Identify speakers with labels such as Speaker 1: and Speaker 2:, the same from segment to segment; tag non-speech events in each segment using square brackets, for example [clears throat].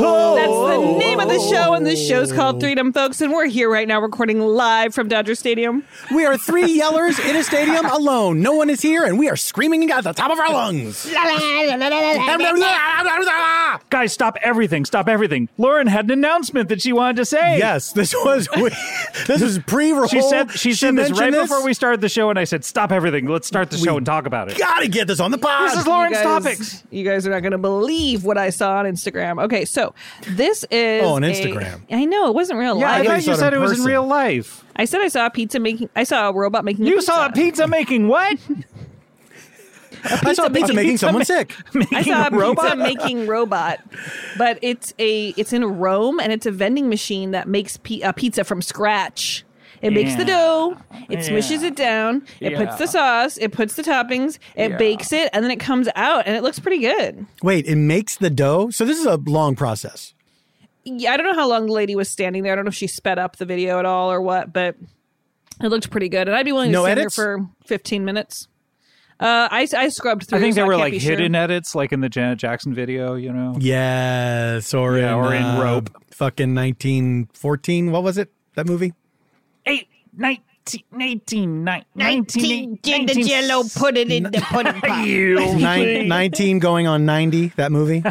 Speaker 1: That's the name of the show, and the show's called Freedom, folks. And we're here right now recording live from Dodger Stadium.
Speaker 2: [laughs] We are three yellers in a stadium alone. No one is here, and we are screaming at the top of our lungs. yes,
Speaker 3: Guys, stop everything. Stop everything. Lauren had an announcement that she wanted to say.
Speaker 2: this was we, this was pre-rolled.
Speaker 3: She said she, said this
Speaker 2: Oh, mentioned
Speaker 3: right before we started the show, and I said, stop everything. Let's start the show and talk about it.
Speaker 2: Gotta get this on the pod.
Speaker 3: This is Lauren's
Speaker 1: You guys-
Speaker 3: topics.
Speaker 1: You guys are not going to believe what I saw on Instagram. Okay, so this is
Speaker 2: Oh, on
Speaker 1: a-
Speaker 2: Instagram.
Speaker 1: I know it wasn't real
Speaker 3: Yeah,
Speaker 1: life.
Speaker 3: I
Speaker 2: thought
Speaker 3: thought
Speaker 2: you
Speaker 3: you
Speaker 2: saw it
Speaker 3: said
Speaker 2: in
Speaker 3: it was in
Speaker 2: person.
Speaker 3: real life.
Speaker 1: I said I saw a pizza making. I saw a robot making.
Speaker 3: You saw a
Speaker 1: pizza.
Speaker 3: pizza
Speaker 2: [laughs]
Speaker 3: making what?
Speaker 2: I saw pizza making
Speaker 3: [laughs]
Speaker 2: someone sick.
Speaker 1: I saw a pizza [laughs]
Speaker 3: robot?
Speaker 1: making robot, but it's a it's in Rome and it's a vending machine that makes pi- a pizza from scratch. It makes the
Speaker 3: Yeah.
Speaker 1: dough, it smushes it down, it puts the
Speaker 3: Yeah.
Speaker 1: sauce, it puts the toppings, it bakes it, and then it comes out and it looks pretty good.
Speaker 2: Wait, it makes the dough. So this is a long process.
Speaker 1: Yeah, I don't know how long the lady was standing there. I don't know if she sped up the video at all or what, but it looked pretty good. And I'd be willing
Speaker 2: No
Speaker 1: to stand
Speaker 2: edits?
Speaker 1: there for 15 minutes. Uh, I, I scrubbed through.
Speaker 3: I think
Speaker 1: so
Speaker 3: there were
Speaker 1: can't
Speaker 3: like
Speaker 1: be sure.
Speaker 3: hidden edits, like in the Janet Jackson video, you know?
Speaker 2: Yes, or
Speaker 3: Yeah,
Speaker 2: in,
Speaker 3: or in
Speaker 2: uh,
Speaker 3: rope.
Speaker 2: Fucking nineteen fourteen. What was it? That
Speaker 3: [laughs]
Speaker 2: movie?
Speaker 3: Eight, nineteen, eighteen, nine, nineteen,
Speaker 4: Nineteen did the jello put it in the pudding pop.
Speaker 3: [laughs] You
Speaker 2: Nine,
Speaker 3: [laughs]
Speaker 2: nineteen going on ninety. That movie.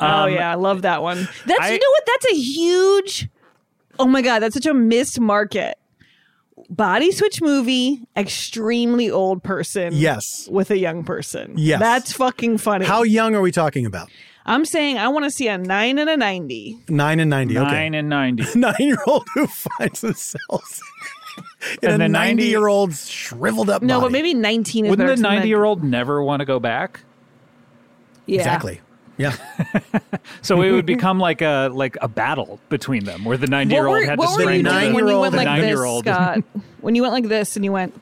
Speaker 1: Oh yeah, I love that one. That's
Speaker 3: I-
Speaker 1: you know what? That's a huge. Oh my god, that's such a missed market. Body switch movie, extremely old person.
Speaker 2: Yes.
Speaker 1: With a young person.
Speaker 2: Yes.
Speaker 1: That's fucking funny.
Speaker 2: How young are we talking about?
Speaker 1: I'm saying I want to see a nine and a ninety.
Speaker 2: Nine and ninety. okay. [laughs]
Speaker 3: Nine and ninety.
Speaker 2: nine year old who finds themselves in
Speaker 3: And
Speaker 2: a 90
Speaker 3: the 90
Speaker 2: year old shriveled up
Speaker 1: No,
Speaker 2: body.
Speaker 1: but maybe nineteen is
Speaker 3: Wouldn't
Speaker 1: better 'cause
Speaker 3: the
Speaker 1: then-
Speaker 3: ninety year old never want to go back?
Speaker 1: Yeah.
Speaker 2: exactly yeah
Speaker 3: So it would become like a like a battle between them, where the ninety year
Speaker 1: What
Speaker 3: old
Speaker 1: were,
Speaker 3: had to
Speaker 1: what were you
Speaker 3: strangle
Speaker 1: doing when you
Speaker 2: nine-year-old
Speaker 1: went
Speaker 2: and
Speaker 1: like this,
Speaker 3: nine-year-old.
Speaker 1: Scott? when you went like this and you went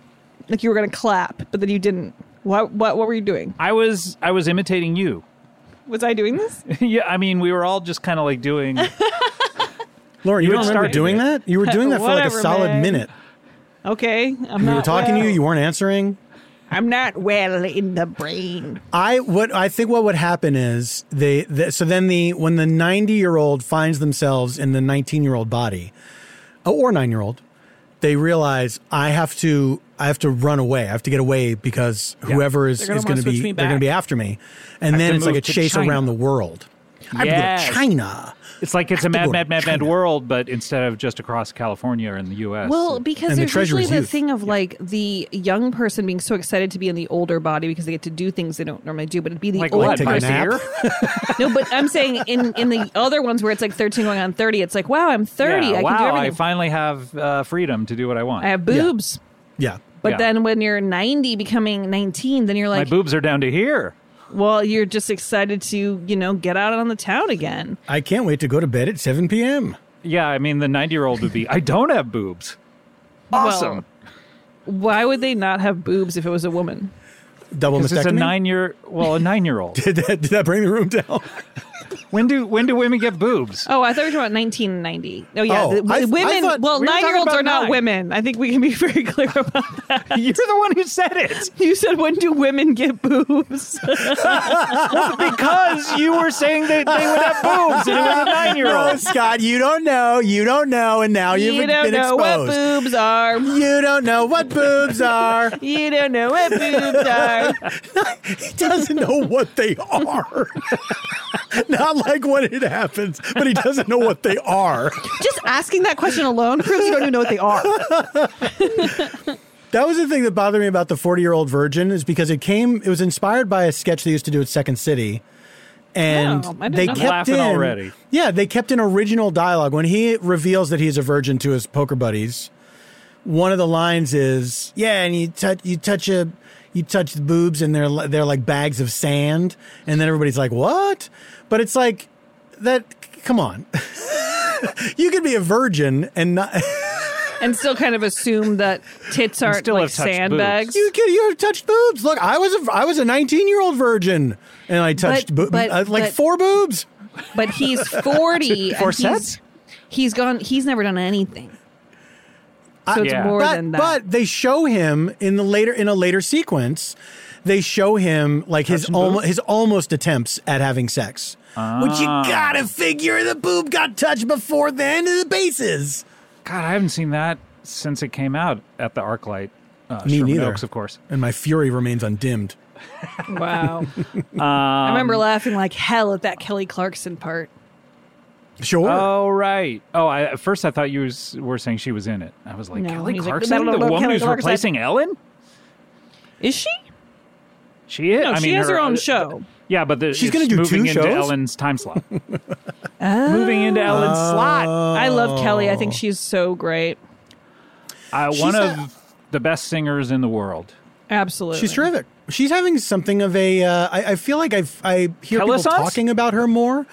Speaker 1: like you were gonna clap, but then you didn't. What what what were you doing?
Speaker 3: I was I was imitating you. [laughs]
Speaker 1: Was I doing this?
Speaker 3: yeah, I mean, we were all just kind of like doing.
Speaker 2: lauren you,
Speaker 3: You
Speaker 2: don't
Speaker 3: don't
Speaker 2: remember
Speaker 3: start
Speaker 2: doing
Speaker 3: it.
Speaker 2: that you were doing that for like a
Speaker 1: Whatever,
Speaker 2: solid
Speaker 1: man.
Speaker 2: minute
Speaker 1: Okay, I'm
Speaker 2: we
Speaker 1: not
Speaker 2: were talking
Speaker 1: well.
Speaker 2: to you you weren't answering
Speaker 1: I'm not well in the brain.
Speaker 2: i what i think what would happen is they the, so then the when the 90 year old finds themselves in the 19 year old body uh, or 9 year old they realize i have to i have to run away i have to get away because whoever is
Speaker 3: They're gonna
Speaker 2: is going to
Speaker 3: wanna switch
Speaker 2: be
Speaker 3: me
Speaker 2: they're going
Speaker 3: back.
Speaker 2: to be after me and then
Speaker 3: to
Speaker 2: it's like
Speaker 3: move
Speaker 2: a
Speaker 3: to
Speaker 2: chase
Speaker 3: China.
Speaker 2: around the world i have to
Speaker 3: Yes.
Speaker 2: go to china
Speaker 3: It's like it's
Speaker 2: to
Speaker 3: a mad,
Speaker 2: go
Speaker 3: mad,
Speaker 2: to
Speaker 3: mad, mad
Speaker 2: China.
Speaker 3: world, but instead of just across California or in the U.S.
Speaker 1: Well, because
Speaker 2: And the
Speaker 1: there's
Speaker 2: treasure
Speaker 1: usually
Speaker 2: is
Speaker 1: the
Speaker 2: youth.
Speaker 1: thing of like the young person being so excited to be in the older body because they get to do things they don't normally do. But it'd be the
Speaker 3: like
Speaker 1: old
Speaker 3: what?
Speaker 2: take a
Speaker 3: by
Speaker 1: person.
Speaker 2: nap.
Speaker 3: beer?
Speaker 1: [laughs] No, but I'm saying in in the other ones where it's like 13 going on 30, it's like wow, I'm 30.
Speaker 3: Yeah,
Speaker 1: I
Speaker 3: wow,
Speaker 1: can do
Speaker 3: I
Speaker 1: everything. I,
Speaker 3: finally have uh, freedom to do what I want.
Speaker 1: have boobs.
Speaker 2: yeah
Speaker 1: But
Speaker 3: Yeah.
Speaker 1: then when you're 90, becoming 19, then you're
Speaker 3: My
Speaker 1: like,
Speaker 3: boobs are down to here.
Speaker 1: well, you're just excited to you know get out on the town again.
Speaker 2: I can't wait to go to bed at 7 p.m.
Speaker 3: Yeah, I mean, the ninety-year-old would be. I don't have boobs. Awesome.
Speaker 1: Why would they not have boobs if it was a woman?
Speaker 2: Double
Speaker 3: Because
Speaker 2: mastectomy. [laughs]
Speaker 3: it's a nine-year. Well, a nine-year-old.
Speaker 2: did, that, did that bring the room down?
Speaker 3: When do when do women get boobs?
Speaker 1: Oh, I thought we were talking about 1990. Oh, yeah.
Speaker 2: Oh,
Speaker 1: the-
Speaker 2: I- I
Speaker 1: women,
Speaker 2: thought
Speaker 1: well,
Speaker 3: we were talking
Speaker 1: nine year olds
Speaker 3: about
Speaker 1: are not
Speaker 3: nine.
Speaker 1: women. I think we can be [laughs] very clear about that.
Speaker 3: You're the one who
Speaker 1: [laughs]
Speaker 3: said it
Speaker 1: You said, when do women get boobs?
Speaker 3: because you were saying that they would have boobs and it [laughs] was a nine year
Speaker 2: No, [laughs]
Speaker 3: old.
Speaker 2: Scott, you don't know. You don't know, and now you've
Speaker 1: you
Speaker 2: been
Speaker 1: don't know what
Speaker 2: exposed.
Speaker 1: boobs are.
Speaker 2: You don't know what boobs are.
Speaker 1: You don't know what boobs
Speaker 3: [laughs]
Speaker 1: are.
Speaker 2: [laughs] He doesn't know what they are. [laughs] Not like when it happens, but he doesn't know what they are.
Speaker 1: Just asking that question alone proves you don't even know what they are.
Speaker 2: That was the thing that bothered me about the 40 year old virgin is because it came, it was inspired by a sketch they used to do at Second City. And
Speaker 1: Oh, I didn't
Speaker 2: they
Speaker 1: know that.
Speaker 2: kept
Speaker 3: Laughing
Speaker 2: in,
Speaker 3: already.
Speaker 2: Yeah, they kept in original dialogue. When he reveals that he's a virgin to his poker buddies, one of the lines is, "Yeah, and you touch you touch a you touch the boobs, and they're li- they're like bags of sand." And then everybody's like, "What?" But it's like that. Come on, [laughs] you could be a virgin and not.
Speaker 1: And still kind of assume that tits aren't
Speaker 3: still
Speaker 1: like
Speaker 3: have touched
Speaker 1: sandbags.
Speaker 2: You could, you have touched boobs. Look, I was a I was a 19 year old virgin, and I touched
Speaker 1: But-
Speaker 2: boo-
Speaker 1: but-
Speaker 2: uh, like
Speaker 1: but-
Speaker 2: four boobs.
Speaker 1: But
Speaker 3: [laughs]
Speaker 1: he's 40. and
Speaker 3: Four
Speaker 1: he's,
Speaker 3: sets?
Speaker 1: he's gone, he's never done anything. So it's
Speaker 3: Yeah.
Speaker 1: more
Speaker 2: But
Speaker 1: than that.
Speaker 2: but they show him in the later in a later sequence. They show him like his almo- his almost attempts at having sex, which you gotta figure the boob got touched before the end of the bases.
Speaker 3: God, I haven't seen that since it came out at the ArcLight. Uh,
Speaker 2: Me
Speaker 3: Sherman
Speaker 2: neither.
Speaker 3: Oaks, of course.
Speaker 2: And my fury remains undimmed.
Speaker 1: Wow.
Speaker 3: [laughs]
Speaker 1: I
Speaker 3: Um,
Speaker 1: remember laughing like hell at that Kelly Clarkson part.
Speaker 2: Sure.
Speaker 3: Oh right. Oh, I, at first I thought you was, were saying she was in it. I was like,
Speaker 1: No,
Speaker 3: Kelly
Speaker 1: he's like,
Speaker 3: Clarkson,
Speaker 1: no, no,
Speaker 3: the
Speaker 1: no,
Speaker 3: woman
Speaker 1: Kelly
Speaker 3: who's
Speaker 1: Clarkson.
Speaker 3: replacing Ellen.
Speaker 1: Is she?
Speaker 3: She is.
Speaker 1: No,
Speaker 3: I mean,
Speaker 1: she has her, own
Speaker 3: uh,
Speaker 1: show.
Speaker 3: Yeah, but the,
Speaker 2: She's
Speaker 3: it's
Speaker 2: gonna do
Speaker 3: moving
Speaker 2: two
Speaker 3: into
Speaker 2: shows?
Speaker 3: Ellen's
Speaker 2: [laughs]
Speaker 3: time slot. Moving into Ellen's
Speaker 2: Oh.
Speaker 3: slot.
Speaker 1: I love Kelly. I think
Speaker 3: Oh.
Speaker 1: she's so great.
Speaker 3: Uh, one
Speaker 2: She's
Speaker 3: of
Speaker 2: a-
Speaker 3: the best singers in the world.
Speaker 1: Absolutely.
Speaker 2: She's terrific. She's having something of a. Uh, I, I feel like I've, I hear people
Speaker 3: Renaissance?
Speaker 2: talking about her more.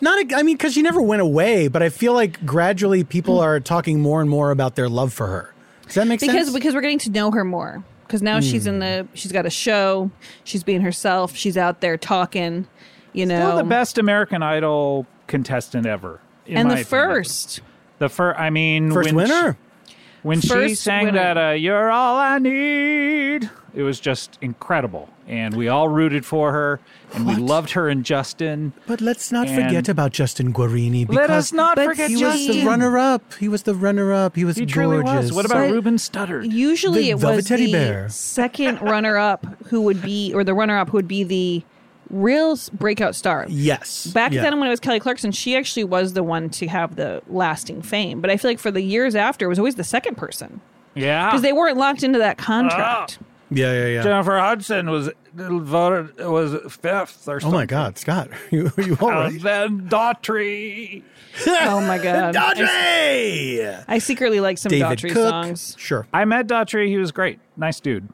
Speaker 2: Not, a, I mean, because she never went away, but I feel like gradually people are talking more and more about their love for her. Does that make
Speaker 1: Because
Speaker 2: sense?
Speaker 1: because we're getting to know her more. Because now she's in the
Speaker 3: Hmm.
Speaker 1: she's got a show. She's being herself. She's out there talking. You know,
Speaker 3: Still the best American Idol contestant ever. in
Speaker 1: and
Speaker 3: my
Speaker 1: the
Speaker 3: opinion.
Speaker 1: first.
Speaker 3: The first. I mean,
Speaker 2: First
Speaker 3: when
Speaker 2: winner.
Speaker 3: She, when she
Speaker 1: First
Speaker 3: sang
Speaker 1: winner.
Speaker 3: that, uh, "You're all I need," it was just incredible, and we all rooted for her, and we loved her and Justin.
Speaker 2: But let's not
Speaker 3: And-
Speaker 2: forget about Justin Guarini. Because
Speaker 3: Let us not
Speaker 1: but
Speaker 3: forget
Speaker 2: He was the
Speaker 3: Justin.
Speaker 2: runner-up. He was the runner-up. He was
Speaker 3: He truly
Speaker 2: gorgeous.
Speaker 3: was. What about
Speaker 1: But-
Speaker 3: Ruben Studdard?
Speaker 1: Usually,
Speaker 2: The
Speaker 1: it
Speaker 2: velvet
Speaker 1: was
Speaker 2: teddy
Speaker 1: the
Speaker 2: bear.
Speaker 3: [laughs]
Speaker 1: second runner-up who would be, or the runner-up who would be the real s- breakout star.
Speaker 2: Yes.
Speaker 1: Back
Speaker 2: Yeah.
Speaker 1: then, when it was Kelly Clarkson, she actually was the one to have the lasting fame. But I feel like for the years after, it was always the second person
Speaker 3: yeah,
Speaker 1: because they weren't locked into that contract.
Speaker 2: Yeah, yeah, yeah.
Speaker 3: Jennifer Hudson was voted was fifth or
Speaker 2: Oh my God, Scott, [laughs] you, you all right?
Speaker 3: then Daughtry.
Speaker 2: Ah. [laughs]
Speaker 1: Oh, my God.
Speaker 2: Audrey!
Speaker 1: I secretly like some
Speaker 2: David
Speaker 1: Daughtry
Speaker 2: Cook.
Speaker 1: songs.
Speaker 2: Sure.
Speaker 3: I met Daughtry. He was great. Nice dude.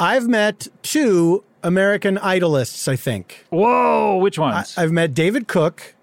Speaker 2: I've met two American Idolists, I think.
Speaker 3: Whoa, which
Speaker 2: I,
Speaker 3: ones?
Speaker 2: I've met David Cook,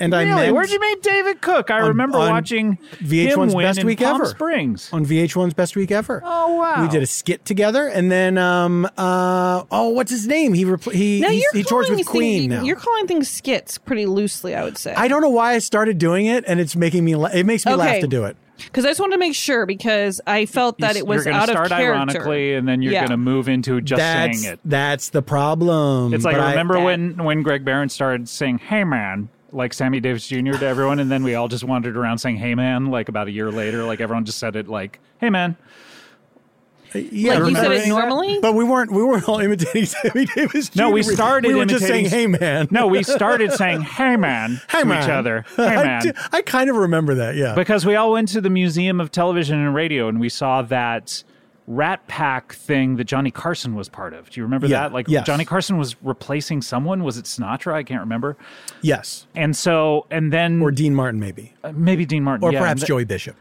Speaker 2: and I
Speaker 3: really?
Speaker 2: met
Speaker 3: Where'd you meet David Cook? I
Speaker 2: On-
Speaker 3: remember
Speaker 2: on
Speaker 3: watching
Speaker 2: VH1's
Speaker 3: him win
Speaker 2: Best
Speaker 3: in
Speaker 2: Week
Speaker 3: Palm
Speaker 2: Ever.
Speaker 3: Springs.
Speaker 2: on VH1's Best Week Ever.
Speaker 3: Oh, wow.
Speaker 2: We did a skit together, and then um uh oh, what's his name? He repl- he
Speaker 1: Now
Speaker 2: he's-
Speaker 1: you're
Speaker 2: he tours
Speaker 1: calling
Speaker 2: with
Speaker 1: these
Speaker 2: Queen
Speaker 1: things,
Speaker 2: now.
Speaker 1: You're calling things skits pretty loosely, I would say.
Speaker 2: I don't know why I started doing it, and it's making me la- it makes me laugh
Speaker 1: Okay.
Speaker 2: to do it.
Speaker 1: because I just wanted to make sure because I felt that it was
Speaker 3: you're gonna
Speaker 1: out
Speaker 3: start
Speaker 1: of character.
Speaker 3: ironically, and then you're
Speaker 1: Yeah.
Speaker 3: going to move into just
Speaker 2: that's
Speaker 3: saying it.
Speaker 2: that's the problem.
Speaker 3: It's like
Speaker 2: But I-
Speaker 3: remember
Speaker 1: that-
Speaker 3: when when Greg Barron started saying "Hey man," like Sammy Davis Jr. to everyone, and then we all just wandered around saying "Hey man" like about a year later. Like everyone just said it like "Hey man."
Speaker 2: uh, yeah,
Speaker 1: Like you said
Speaker 2: remember
Speaker 1: it
Speaker 2: any of that?
Speaker 1: normally.
Speaker 2: But we weren't we weren't all imitating [laughs] Sammy Davis.
Speaker 3: No, we
Speaker 2: Jr..
Speaker 3: started
Speaker 2: We were just saying,
Speaker 3: imitating-
Speaker 2: "Hey, man."
Speaker 3: No, we started saying "Hey man"
Speaker 2: [laughs] hey,
Speaker 3: to
Speaker 2: man.
Speaker 3: each other. Hey
Speaker 2: I
Speaker 3: man.
Speaker 2: do- I kind of remember that. Yeah.
Speaker 3: because we all went to the Museum of Television and Radio and we saw that Rat Pack thing that Johnny Carson was part of. Do you remember
Speaker 2: Yeah,
Speaker 3: that? Like
Speaker 2: yes.
Speaker 3: Johnny Carson was replacing someone. Was it Sinatra? I can't remember.
Speaker 2: yes.
Speaker 3: And so, and then
Speaker 2: Or Dean Martin, maybe,
Speaker 3: uh, maybe Dean Martin,
Speaker 2: or
Speaker 3: yeah,
Speaker 2: perhaps
Speaker 3: and, th-
Speaker 2: Joey Bishop,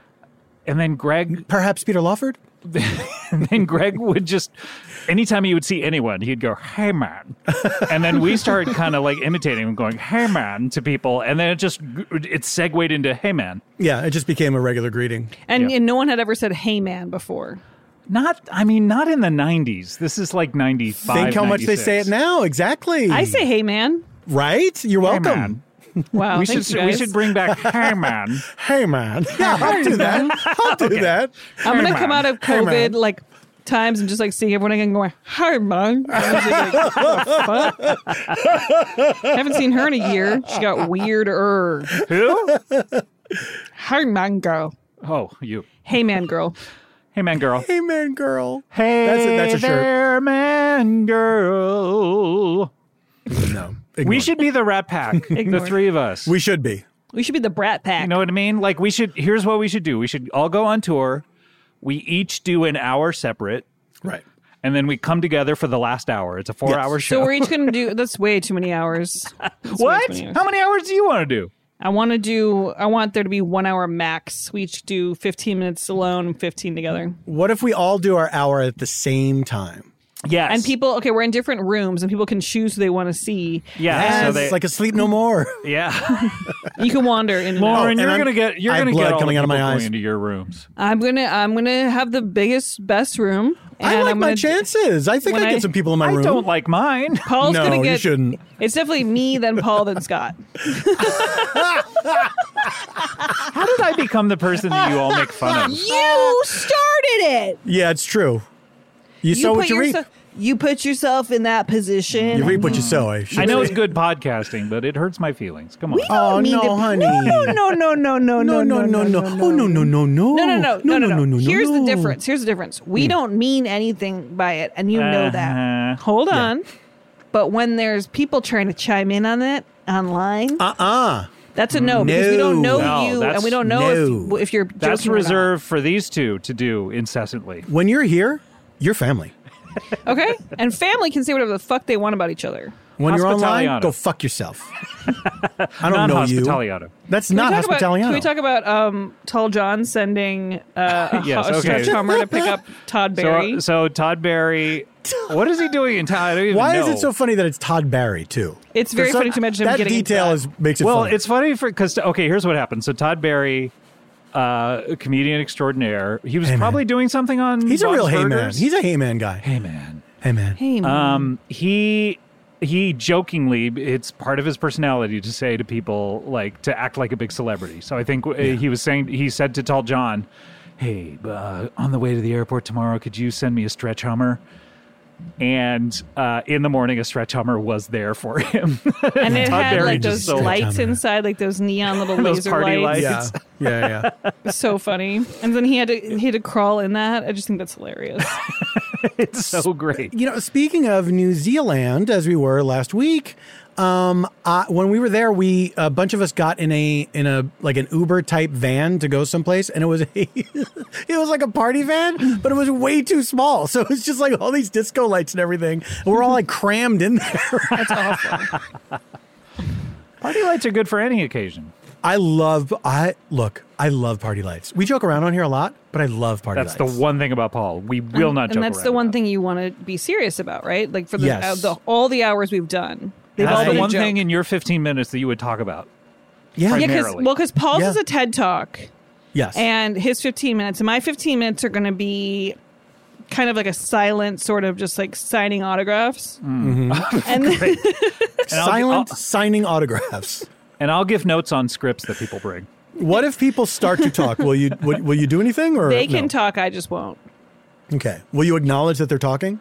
Speaker 3: and then Greg, [laughs]
Speaker 2: perhaps Peter Lawford.
Speaker 3: and then Greg would just anytime he would see anyone, he'd go,
Speaker 2: [laughs]
Speaker 3: "Hey man," and then we started kind of like imitating him, going, "Hey man" to people, and then it just it segued into "Hey man."
Speaker 2: Yeah, it just became a regular greeting.
Speaker 1: and,
Speaker 3: Yeah.
Speaker 1: and no one had ever said "Hey man" before.
Speaker 3: Not, I mean, not in the '90s. This is like '95. Mm.
Speaker 2: Think how much they say it now. Exactly.
Speaker 1: I say "Hey man."
Speaker 2: Right? You're
Speaker 3: Hey,
Speaker 2: welcome.
Speaker 3: man.
Speaker 1: Wow.
Speaker 2: Oh,
Speaker 3: we
Speaker 1: thank
Speaker 3: should
Speaker 1: you
Speaker 3: we
Speaker 1: guys.
Speaker 3: should bring back
Speaker 2: [laughs]
Speaker 3: Hey Man.
Speaker 2: Hey man. [laughs] Yeah, I'll do that. I'll do that.
Speaker 1: I'm gonna
Speaker 3: Hey, man.
Speaker 1: come out of
Speaker 2: Hey, man.
Speaker 1: COVID like times and just like seeing everyone again going, Hi man. And I was just like, "What the
Speaker 3: [laughs]
Speaker 1: fuck?" Haven't seen her in a year. She got weirder.
Speaker 3: Who?
Speaker 1: Hi man girl.
Speaker 3: Oh, you.
Speaker 1: Hey man girl.
Speaker 3: Hey man, girl.
Speaker 2: Hey man, girl.
Speaker 3: Hey,
Speaker 2: [laughs] That's a- that's a shirt.
Speaker 3: there, man, girl.
Speaker 2: No.
Speaker 3: We
Speaker 2: ignore
Speaker 3: should be the
Speaker 2: [laughs]
Speaker 3: Rat Pack, the
Speaker 1: Ignore.
Speaker 3: three of us.
Speaker 2: it. We should be.
Speaker 1: We should be the brat pack.
Speaker 3: You know what I mean? Like we should. Here's what we should do. We should all go on tour. We each do an hour separate,
Speaker 2: Right.
Speaker 3: and then we come together for the last hour. It's a four-hour
Speaker 1: so
Speaker 3: show.
Speaker 1: we're each gonna do that's way too many hours. That's way
Speaker 3: what?
Speaker 1: too many hours.
Speaker 3: How many hours do you want to do?
Speaker 1: I wanna do I want there to be one hour max. We each do fifteen minutes alone and fifteen together.
Speaker 2: What if we all do our hour at the same time?
Speaker 3: Yes.
Speaker 1: And people okay, we're in different rooms and people can choose who they want to see.
Speaker 3: Yeah. So
Speaker 2: Yes,
Speaker 3: they.
Speaker 2: like a sleep no more. [laughs]
Speaker 3: yeah.
Speaker 1: You can wander in and out.
Speaker 3: Lauren,
Speaker 2: and
Speaker 3: you're
Speaker 2: I'm-
Speaker 3: gonna get. You're
Speaker 2: I have
Speaker 3: gonna
Speaker 2: blood
Speaker 3: get all
Speaker 2: coming
Speaker 3: the
Speaker 2: out of my
Speaker 3: people going
Speaker 2: eyes.
Speaker 3: into your rooms.
Speaker 1: I'm gonna I'm gonna have the biggest best room. And
Speaker 2: I like
Speaker 1: am
Speaker 2: my
Speaker 1: gonna,
Speaker 2: chances. I think
Speaker 1: when
Speaker 2: I get
Speaker 1: I-
Speaker 2: some people in my
Speaker 3: I
Speaker 2: room.
Speaker 3: don't like mine.
Speaker 1: Paul's
Speaker 2: No,
Speaker 1: gonna
Speaker 2: you
Speaker 1: get.
Speaker 2: shouldn't.
Speaker 1: It's definitely me, then Paul, then Scott.
Speaker 3: How did I become the person that you all
Speaker 1: [laughs]
Speaker 3: make fun of?
Speaker 1: You started it.
Speaker 2: yeah, it's true. You, sow what you reap.
Speaker 1: You put yourself in that position.
Speaker 2: You reap what you sow. I, should
Speaker 3: I know
Speaker 2: say.
Speaker 3: it's good podcasting, but it hurts my feelings. Come on.
Speaker 2: Oh
Speaker 1: I mean,
Speaker 2: no,
Speaker 1: the-
Speaker 2: honey.
Speaker 1: No, no, no, no, no,
Speaker 2: no, no, no, no. Oh no, no, no, no.
Speaker 1: No, no, no, no, no, no, Hmm.
Speaker 2: no.
Speaker 1: Here's the difference. Here's the difference. We don't mean anything by it, and you know that.
Speaker 3: Uh-huh.
Speaker 1: Hold on. But when there's people trying to chime in on it online,
Speaker 2: Uh-uh.
Speaker 1: That's a no, because we don't know
Speaker 3: No. No,
Speaker 1: you,
Speaker 3: that's-
Speaker 1: and we don't know
Speaker 2: no.
Speaker 1: if, if you're.
Speaker 3: That's
Speaker 1: joking or not.
Speaker 3: reserved for these two to do incessantly.
Speaker 2: When you're here, you're family.
Speaker 1: okay? And family can say whatever the fuck they want about each other.
Speaker 2: When you're online,
Speaker 3: Hospitaliano.
Speaker 2: go fuck yourself. I don't know you.
Speaker 3: Non-hospitaliano.
Speaker 2: That's
Speaker 1: Can
Speaker 2: not
Speaker 1: we talk about,
Speaker 2: hospitaliano.
Speaker 1: Can we talk about um, Tall John sending
Speaker 3: [laughs]
Speaker 1: uh, a
Speaker 3: Yes,
Speaker 1: ho- a
Speaker 3: okay. uh,
Speaker 1: sledgehammer to pick [laughs] up Todd Barry?
Speaker 3: So, so Todd Barry, what is he doing in Todd? I don't even
Speaker 2: Why is
Speaker 3: know.
Speaker 2: it so funny that it's Todd Barry too?
Speaker 1: It's
Speaker 2: For
Speaker 1: very funny to mention him
Speaker 2: that
Speaker 1: getting into
Speaker 2: detail
Speaker 1: that.
Speaker 2: is makes it
Speaker 3: Well,
Speaker 2: funny.
Speaker 3: it's funny for because okay, here's what happened. So Todd Barry, uh, a comedian extraordinaire, he was
Speaker 2: Hey, man.
Speaker 3: probably doing something on.
Speaker 2: he's a
Speaker 3: Bob's
Speaker 2: real hey man.
Speaker 3: Burgers.
Speaker 2: He's a hey man guy.
Speaker 3: hey man.
Speaker 2: Hey man.
Speaker 1: Hey, man.
Speaker 3: Um, he he jokingly, it's part of his personality to say to people like to act like a big celebrity. So I think uh, he was saying he said to Tall John, "Hey, uh, on the way to the airport tomorrow, could you send me a stretch hummer?" And uh, in the morning, a stretch hummer was there for [laughs] him.
Speaker 1: and it
Speaker 3: Todd
Speaker 1: had
Speaker 3: Barry
Speaker 1: like
Speaker 3: just
Speaker 1: those
Speaker 3: sold-
Speaker 1: lights inside, like those neon little
Speaker 3: [laughs] Those
Speaker 1: laser
Speaker 3: party
Speaker 1: lights.
Speaker 3: lights.
Speaker 2: Yeah. yeah, yeah.
Speaker 1: So funny. And then he had to he had to crawl in that. I just think that's
Speaker 3: [laughs]
Speaker 1: hilarious.
Speaker 3: it's so great.
Speaker 2: You know, speaking of New Zealand, as we were last week, um, uh, when we were there, we a bunch of us got in a in a like an Uber type van to go someplace, and it was [laughs] a it was like a party van, but it was way too small, so [laughs] it was just like all these disco lights and everything, and we're all like [laughs] crammed in there.
Speaker 1: That's awful.
Speaker 3: Party lights are good for any occasion.
Speaker 2: I love I look, I love party lights. We joke around on here a lot, but I love party
Speaker 3: That's
Speaker 2: lights.
Speaker 3: the one thing about Paul. We will not. joke
Speaker 1: and that's
Speaker 3: around
Speaker 1: the one
Speaker 3: about.
Speaker 1: thing you want to be serious about, right? Like for the,
Speaker 2: Yes.
Speaker 1: uh, the all the hours we've done, they've all
Speaker 3: That's
Speaker 1: been
Speaker 3: the
Speaker 1: a
Speaker 3: one
Speaker 1: joke.
Speaker 3: thing in your 15 minutes that you would talk about.
Speaker 2: Yeah.
Speaker 1: yeah, because
Speaker 3: primarily.
Speaker 1: well, because Paul's
Speaker 2: Yeah.
Speaker 1: is a TED talk,
Speaker 2: Yes.
Speaker 1: and his fifteen minutes, and my fifteen minutes are going to be kind of like a silent sort of just like signing autographs,
Speaker 3: Mm.
Speaker 2: Mm-hmm.
Speaker 1: [laughs] and
Speaker 3: [laughs]
Speaker 1: then,
Speaker 3: And I'll-
Speaker 2: Silent
Speaker 3: I'll-
Speaker 2: signing autographs.
Speaker 3: and I'll give notes on scripts that people bring.
Speaker 2: What if people start to talk? Will you will, will you do anything or
Speaker 1: they can
Speaker 2: no?
Speaker 1: talk. I just won't,
Speaker 2: Okay. Will you acknowledge that they're talking?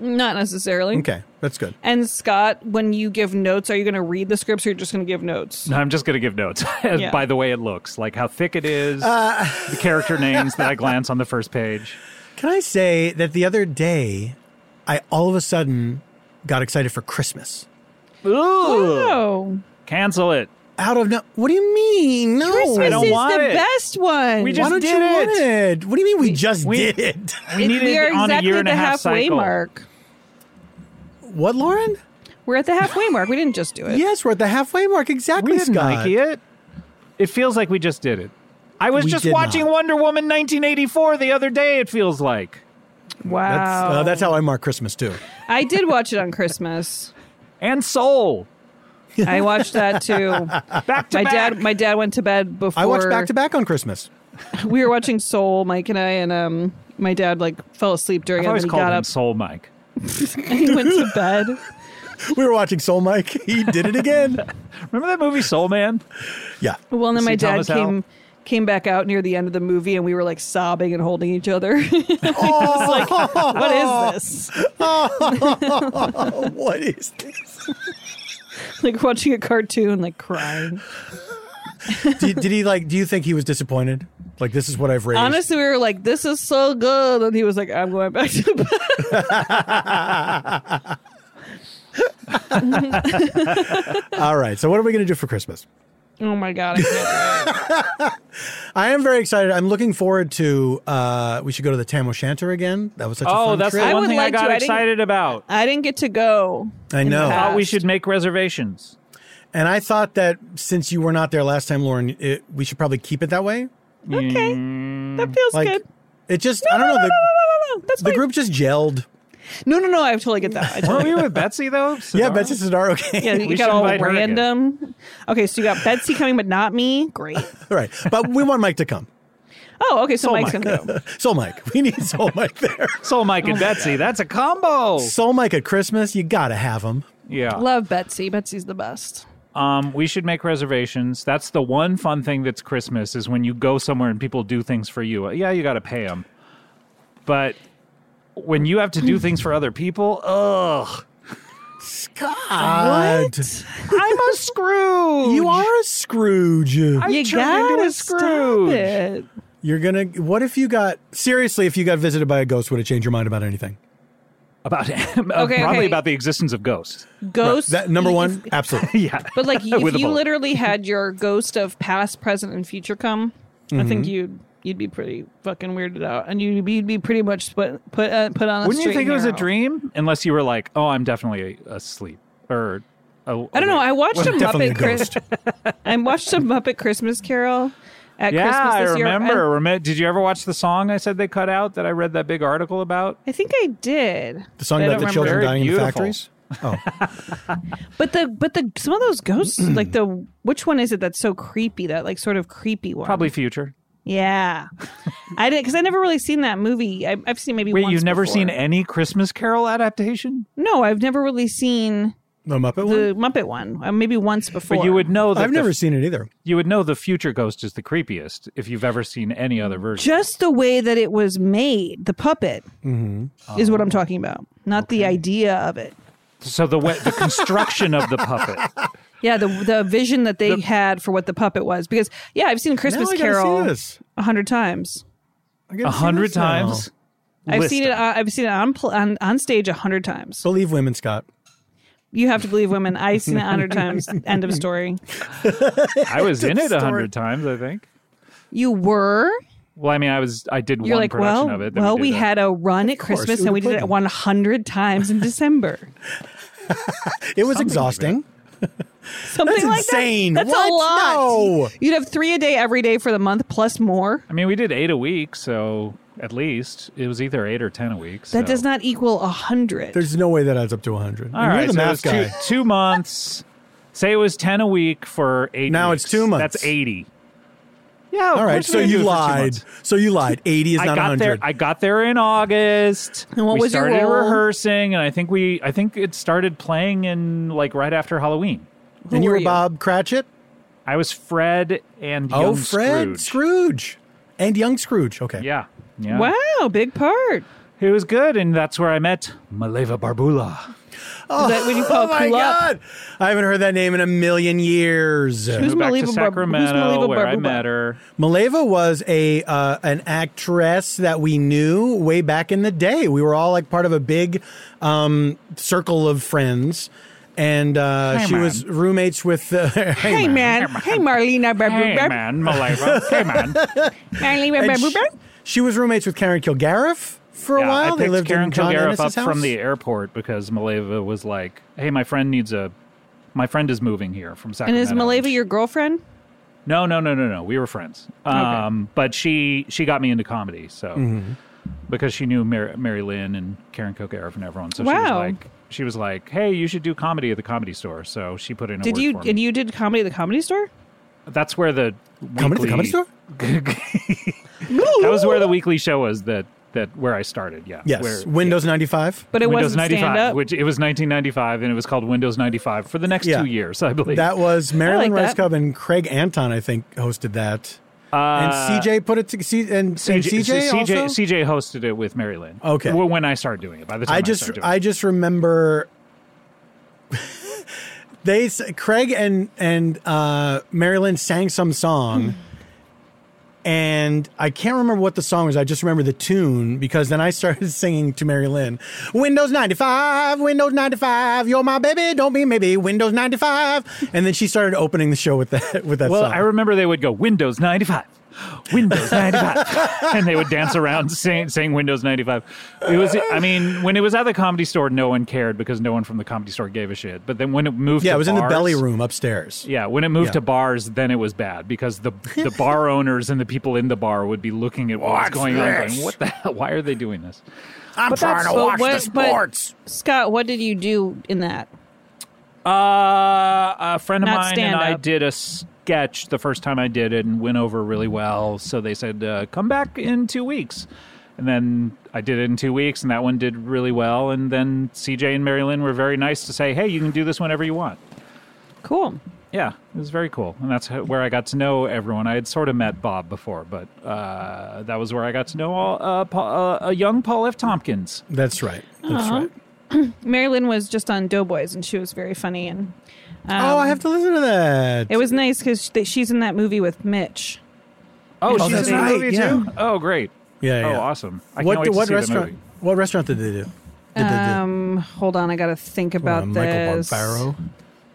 Speaker 1: not necessarily.
Speaker 2: Okay. That's good.
Speaker 1: And Scott, when you give notes, are you going to read the scripts or you're just going to give notes?
Speaker 3: I'm just going to give notes [laughs]
Speaker 1: Yeah.
Speaker 3: by the way it looks, like how thick it is,
Speaker 2: Uh,
Speaker 3: the
Speaker 2: [laughs]
Speaker 3: character names that I glance on the first page.
Speaker 2: Can I say that the other day I all of a sudden got excited for Christmas?
Speaker 3: Ooh,
Speaker 1: Oh,
Speaker 3: cancel it.
Speaker 2: Out of no What do you mean? No.
Speaker 1: Christmas
Speaker 3: I don't
Speaker 1: is
Speaker 3: want
Speaker 1: the
Speaker 3: it.
Speaker 1: best one.
Speaker 3: We
Speaker 2: Why
Speaker 3: just
Speaker 2: don't
Speaker 3: did
Speaker 2: you
Speaker 3: it.
Speaker 2: want it? What do you mean we, just
Speaker 3: we-
Speaker 2: did it? [laughs]
Speaker 3: We
Speaker 1: It-
Speaker 3: need
Speaker 1: we
Speaker 3: it
Speaker 1: are
Speaker 3: on
Speaker 1: exactly
Speaker 3: a year and
Speaker 1: the
Speaker 3: a half
Speaker 1: halfway
Speaker 3: cycle.
Speaker 1: mark.
Speaker 2: What, Lauren?
Speaker 1: We're at the halfway mark. We didn't just do it.
Speaker 2: Yes, we're at the halfway mark. Exactly,
Speaker 3: We didn't
Speaker 2: Scott.
Speaker 3: Nike it. It feels like we just did it. I was
Speaker 2: We
Speaker 3: just
Speaker 2: did
Speaker 3: watching
Speaker 2: not.
Speaker 3: Wonder Woman 1984 the other day, it feels like.
Speaker 1: Wow.
Speaker 2: That's, uh, that's how I mark Christmas too.
Speaker 1: I did watch it on
Speaker 3: [laughs]
Speaker 1: Christmas.
Speaker 3: And Soul.
Speaker 1: I watched that too.
Speaker 3: Back [laughs] to
Speaker 1: my [laughs]
Speaker 3: back.
Speaker 1: dad, my dad went to bed before.
Speaker 2: I watch back to back on Christmas.
Speaker 1: We were watching Soul, Mike and I, and um, my dad like fell asleep during
Speaker 3: I've
Speaker 1: it.
Speaker 3: always
Speaker 1: and he
Speaker 3: called
Speaker 1: got
Speaker 3: him
Speaker 1: up [laughs]
Speaker 3: [laughs] Soul Mike.
Speaker 1: and he went to bed.
Speaker 2: we were watching Soul Mike. [laughs] He did it again.
Speaker 3: Remember that movie Soul Man? [laughs]
Speaker 2: Yeah.
Speaker 1: Well, then
Speaker 3: See
Speaker 1: my dad
Speaker 3: Thomas Howell?
Speaker 1: came came back out near the end of the movie, and we were like sobbing and holding each other. [laughs] I was like, "What
Speaker 3: [laughs]
Speaker 1: is this?"
Speaker 2: Oh, what is this?
Speaker 1: Like watching a cartoon, like crying.
Speaker 2: did, did he like? Do you think he was disappointed? Like this is what I've raised.
Speaker 1: Honestly, we were like, "This is so good," and he was like, "I'm going back to bed."
Speaker 2: All right. So what are we going to do for Christmas?
Speaker 1: [laughs] Oh my god! I can't.
Speaker 2: I am very excited. I'm looking forward to. uh We should go to the Tam O'Shanter again. That was such a
Speaker 3: Oh,
Speaker 2: fun
Speaker 3: that's
Speaker 2: trip.
Speaker 3: the
Speaker 1: I
Speaker 3: one
Speaker 1: would
Speaker 3: thing
Speaker 1: like
Speaker 3: I
Speaker 1: to.
Speaker 3: got
Speaker 1: I didn't- [laughs]
Speaker 3: excited about.
Speaker 1: I didn't get to go.
Speaker 2: I
Speaker 1: in the
Speaker 2: know.
Speaker 1: past.
Speaker 3: Thought we should make reservations.
Speaker 2: And I thought that since you were not there last time, Lauren, it, we should probably keep it that way.
Speaker 1: Okay, that feels
Speaker 3: Mm.
Speaker 2: Like
Speaker 1: good.
Speaker 2: it just. I don't know. the,
Speaker 1: No, no, no, that's
Speaker 2: the
Speaker 1: fine.
Speaker 2: group just gelled.
Speaker 1: No, no, no. I totally get that. I
Speaker 3: [laughs] Weren't
Speaker 1: totally,
Speaker 3: we with Betsy though?
Speaker 2: [laughs] Yeah,
Speaker 3: Sidara?
Speaker 2: Betsy Sidar. Okay.
Speaker 1: yeah,
Speaker 3: We
Speaker 1: you
Speaker 3: should
Speaker 1: got all
Speaker 3: invite her again.
Speaker 1: random. Okay, so you got Betsy coming, but not me. Great.
Speaker 2: All [laughs] right. But we want Mike to
Speaker 1: [laughs]
Speaker 2: come.
Speaker 1: Oh, okay. So Mike's gonna go.
Speaker 2: [laughs] Soul Mike. We need Soul Mike
Speaker 1: [laughs]
Speaker 2: there.
Speaker 3: Soul Mike
Speaker 1: Oh
Speaker 3: and Betsy. That's a combo.
Speaker 2: Soul Mike at Christmas. You gotta have him.
Speaker 3: Yeah.
Speaker 1: Love Betsy. Betsy's the best.
Speaker 3: Um, we should make reservations. That's the one fun thing that's Christmas is when you go somewhere and people do things for you. Uh, Yeah, you got to pay them, but when you have to do things for other people, ugh,
Speaker 2: God.
Speaker 3: I'm a screw.
Speaker 2: You are a Scrooge.
Speaker 1: you
Speaker 3: turned into a
Speaker 1: gotta stop
Speaker 3: Scrooge.
Speaker 1: it.
Speaker 2: You're gonna. What if you got seriously? If you got visited by a ghost, would it change your mind about anything?
Speaker 3: about
Speaker 1: Okay,
Speaker 3: [laughs] probably
Speaker 1: okay.
Speaker 3: about the existence of ghosts.
Speaker 1: Ghost. E.
Speaker 2: That number
Speaker 1: if-
Speaker 2: one, absolutely.
Speaker 3: Yeah,
Speaker 1: But
Speaker 3: [laughs]
Speaker 1: like,
Speaker 3: With
Speaker 1: if
Speaker 3: a
Speaker 1: you
Speaker 3: bullet.
Speaker 1: literally had your ghost of past, present, and future come, I
Speaker 3: Mm-hmm.
Speaker 1: think you'd you'd be pretty fucking weirded out, and you'd be, you'd be pretty much put put uh, put on. A
Speaker 3: wouldn't you
Speaker 1: straight
Speaker 3: think it was a
Speaker 1: narrow.
Speaker 3: dream unless you were like, oh, I'm definitely a- asleep or. oh, a-
Speaker 1: I don't know.
Speaker 3: awake.
Speaker 1: I watched a
Speaker 2: Definitely a
Speaker 1: Muppet Chris.
Speaker 2: ghost.
Speaker 3: [laughs]
Speaker 1: I watched a Muppet Christmas Carol at
Speaker 3: Yeah,
Speaker 1: Christmas
Speaker 3: I
Speaker 1: this year.
Speaker 3: remember.
Speaker 1: and
Speaker 3: Remem- Did you ever watch the song I said they cut out that I read that big article about?
Speaker 1: I think I did.
Speaker 3: [laughs]
Speaker 2: The song
Speaker 1: but I
Speaker 2: about
Speaker 1: don't
Speaker 2: the
Speaker 1: remember.
Speaker 2: children
Speaker 3: Very
Speaker 2: dying in the
Speaker 3: beautiful.
Speaker 2: factories. Oh,
Speaker 1: But the but the some of those
Speaker 3: [clears throat]
Speaker 1: ghosts, like the which one is it that's so creepy? That like sort of creepy one.
Speaker 3: Probably future. [laughs]
Speaker 1: Yeah, I didn't because I never really seen that movie. I, I've seen maybe.
Speaker 3: Wait,
Speaker 1: once
Speaker 3: you've never
Speaker 1: before.
Speaker 3: seen any Christmas Carol adaptation?
Speaker 1: No, I've never really seen
Speaker 2: the Muppet one.
Speaker 1: the Muppet one. Uh, maybe once before.
Speaker 3: But you would know that
Speaker 2: I've
Speaker 3: the-
Speaker 2: never seen it either.
Speaker 3: you would know the future ghost is the creepiest if you've ever seen any other version.
Speaker 1: just the way that it was made. The puppet is
Speaker 3: Oh.
Speaker 1: what I'm talking about, not the idea of it.
Speaker 3: so the way, the construction of
Speaker 1: [laughs]
Speaker 3: the puppet.
Speaker 1: Yeah, the the vision that they had for what the puppet was. Because yeah, I've seen
Speaker 2: Now
Speaker 1: Christmas
Speaker 2: I gotta see
Speaker 1: Carol
Speaker 2: this.
Speaker 1: a hundred times.
Speaker 2: I gotta
Speaker 3: A
Speaker 2: see
Speaker 3: hundred
Speaker 2: this now.
Speaker 3: times.
Speaker 1: I've
Speaker 3: List
Speaker 1: seen it.
Speaker 3: them.
Speaker 1: Uh, I've seen it on pl- on, on stage a hundred times.
Speaker 2: Believe women, Scott.
Speaker 1: You have to believe women. I've seen it a hundred times. End of
Speaker 3: [laughs]
Speaker 1: story.
Speaker 3: I was in it a hundred times, I think.
Speaker 1: You were.
Speaker 3: Well, I mean, I was. I did
Speaker 1: You're
Speaker 3: one
Speaker 1: like,
Speaker 3: production
Speaker 1: well,
Speaker 3: of it. then
Speaker 1: well,
Speaker 3: did
Speaker 1: we
Speaker 3: a-
Speaker 1: had a run at
Speaker 2: course,
Speaker 1: Christmas
Speaker 2: who
Speaker 1: and we
Speaker 2: would
Speaker 1: did it
Speaker 2: blame
Speaker 1: 100 times
Speaker 3: [laughs]
Speaker 1: in December.
Speaker 2: It was exhausting.
Speaker 1: Something
Speaker 2: That's
Speaker 1: like
Speaker 2: insane.
Speaker 1: that. That's
Speaker 2: What?
Speaker 1: a lot.
Speaker 2: No.
Speaker 1: You'd have three a day every day for the month plus more.
Speaker 3: I mean, we did eight a week, so at least it was either eight or ten a week.
Speaker 1: That
Speaker 3: so-
Speaker 1: does not equal a hundred.
Speaker 2: There's no way that adds up to hundred.
Speaker 3: All right,
Speaker 2: you're the
Speaker 3: so it was
Speaker 2: math guy.
Speaker 3: two, two months. Say it was ten a week for eight.
Speaker 2: Now
Speaker 3: weeks.
Speaker 2: it's two months.
Speaker 3: That's eighty. Yeah. of
Speaker 2: All right,
Speaker 3: course
Speaker 2: so
Speaker 3: we did
Speaker 2: you
Speaker 3: it for two
Speaker 2: lied.
Speaker 3: months.
Speaker 2: So you lied.
Speaker 3: [laughs]
Speaker 2: Eighty is
Speaker 3: I
Speaker 2: not
Speaker 3: got there.
Speaker 2: hundred.
Speaker 3: I got there in August.
Speaker 1: And what
Speaker 3: we
Speaker 1: was your
Speaker 3: started
Speaker 1: role?
Speaker 3: rehearsing, and I think we, I think it started playing in like right after Halloween.
Speaker 1: Who
Speaker 2: And you
Speaker 1: were
Speaker 2: were Bob Cratchit.
Speaker 3: I was Fred and
Speaker 2: Oh,
Speaker 3: Young
Speaker 2: Fred
Speaker 3: Scrooge.
Speaker 2: Scrooge, and young Scrooge. Okay.
Speaker 3: Yeah, yeah.
Speaker 1: Wow, big part.
Speaker 3: It was good, and that's where I met Maleva Barbula.
Speaker 1: Is that what you
Speaker 2: [laughs]
Speaker 1: call
Speaker 2: Oh my
Speaker 1: cool up?
Speaker 2: God! I haven't heard that name in a million years.
Speaker 1: Who's
Speaker 3: Moved back to
Speaker 1: Maleva Bar- who's
Speaker 3: Sacramento,
Speaker 1: Maleva
Speaker 3: where I
Speaker 1: Barbuba?
Speaker 3: met her.
Speaker 2: Maleva was a uh, an actress that we knew way back in the day. We were all like part of a big um, circle of friends, and uh,
Speaker 3: Hey,
Speaker 2: she
Speaker 3: man.
Speaker 2: was roommates with. Uh, [laughs] hey,
Speaker 1: Hey man, hey Marlena,
Speaker 3: Hey
Speaker 1: Barbuba.
Speaker 3: man, Maleva. Hey man.
Speaker 1: Marlena,
Speaker 2: And she,
Speaker 1: Barbuba.
Speaker 2: she was roommates with Karen Kilgariff for a
Speaker 3: Yeah, I
Speaker 2: while.
Speaker 3: picked
Speaker 2: They lived
Speaker 3: Karen
Speaker 2: in John
Speaker 3: Kilgariff
Speaker 2: Ennis's
Speaker 3: up
Speaker 2: house.
Speaker 3: from the airport because Maleva was like, "Hey, my friend needs a, my friend is moving here from
Speaker 1: And
Speaker 3: Sacramento."
Speaker 1: is Maleva your girlfriend?
Speaker 3: No, no, no, no, no. We were friends. Um, But she she got me into comedy, so
Speaker 2: Mm-hmm.
Speaker 3: because she knew Mary, Mary Lynn and Karen Kilgariff and everyone, so she was
Speaker 1: Wow.
Speaker 3: like, she was like, "Hey, you should do comedy at the Comedy Store." So she put in. A
Speaker 1: Did
Speaker 3: word
Speaker 1: you
Speaker 3: for me.
Speaker 1: and you did comedy at the comedy store?
Speaker 3: That's where the
Speaker 2: Comedy at the Comedy Store?
Speaker 3: that was where the weekly show was that that where I started. Yeah.
Speaker 2: Yes.
Speaker 3: Where,
Speaker 2: Windows 95.
Speaker 1: But it
Speaker 3: Windows
Speaker 1: wasn't stand up.
Speaker 3: which it was 1995, and it was called Windows 95 for the next
Speaker 2: Yeah.
Speaker 3: two years, I believe.
Speaker 2: That was Marilyn
Speaker 1: like
Speaker 2: Rice
Speaker 1: that.
Speaker 2: Cub and Craig Anton, I think, hosted that.
Speaker 3: Uh,
Speaker 2: and CJ put it to C- and CJ, and CJ,
Speaker 3: CJ,
Speaker 2: also?
Speaker 3: CJ hosted it with Mary Lynn.
Speaker 2: Okay.
Speaker 3: Well, when I started doing it, by the time I,
Speaker 2: I just
Speaker 3: started doing
Speaker 2: I
Speaker 3: it.
Speaker 2: just remember [laughs] they s- Craig and and uh, Marilyn sang some song, and I can't remember what the song was. I just remember the tune because then I started [laughs] singing to Marilyn. Windows ninety five, Windows ninety five, you're my baby, don't be maybe Windows ninety five, and then she started opening the show with that [laughs] with that
Speaker 3: Well,
Speaker 2: song.
Speaker 3: I remember they would go Windows 95, Windows
Speaker 2: [laughs]
Speaker 3: 95, and they would dance around saying, saying Windows 95. It was, I mean, when it was at the comedy store, no one cared because no one from the comedy store gave a shit. But then when it moved,
Speaker 2: yeah,
Speaker 3: to
Speaker 2: it was in the
Speaker 3: bars-
Speaker 2: belly room upstairs.
Speaker 3: Yeah, when it moved
Speaker 2: Yeah.
Speaker 3: to bars, then it was bad because the the bar owners and the people in the bar would be looking at what was going on, going, "What the hell? Why are they doing this?"
Speaker 2: I'm trying
Speaker 1: But what- but- Scott, what did you do in that?
Speaker 3: Uh, a friend of
Speaker 1: Not
Speaker 3: mine and I
Speaker 1: stand-up.
Speaker 3: did a sketch the first time I did it and went over really well. So they said, uh, come back in two weeks. And then I did it in two weeks, and that one did really well. And then CJ and Mary Lynn were very nice to say, hey, you can do this whenever you want.
Speaker 1: Cool.
Speaker 3: Yeah, it was very cool. And that's how- where I got to know everyone. I had sort of met Bob before, but uh, that was where I got to know all, uh, Paul, uh, a young Paul F. Tompkins.
Speaker 2: That's right. That's right.
Speaker 1: Marilyn was just on Doughboys, and she was very funny. And um,
Speaker 2: oh, I have to listen to that.
Speaker 1: It was nice because she's in that movie with Mitch.
Speaker 3: Oh,
Speaker 2: Oh,
Speaker 3: she's
Speaker 2: that's
Speaker 3: in the
Speaker 2: right,
Speaker 3: movie
Speaker 2: yeah.
Speaker 3: too? Oh, great.
Speaker 2: Yeah, yeah,
Speaker 3: oh,
Speaker 2: yeah.
Speaker 3: awesome. I
Speaker 2: what
Speaker 3: can't wait to
Speaker 2: what
Speaker 3: see the
Speaker 2: restaurant?
Speaker 3: movie.
Speaker 2: What restaurant did they do? Did they do?
Speaker 1: Um, hold on, I gotta think about
Speaker 2: Uh,
Speaker 1: this.
Speaker 2: Michael Bonfaro.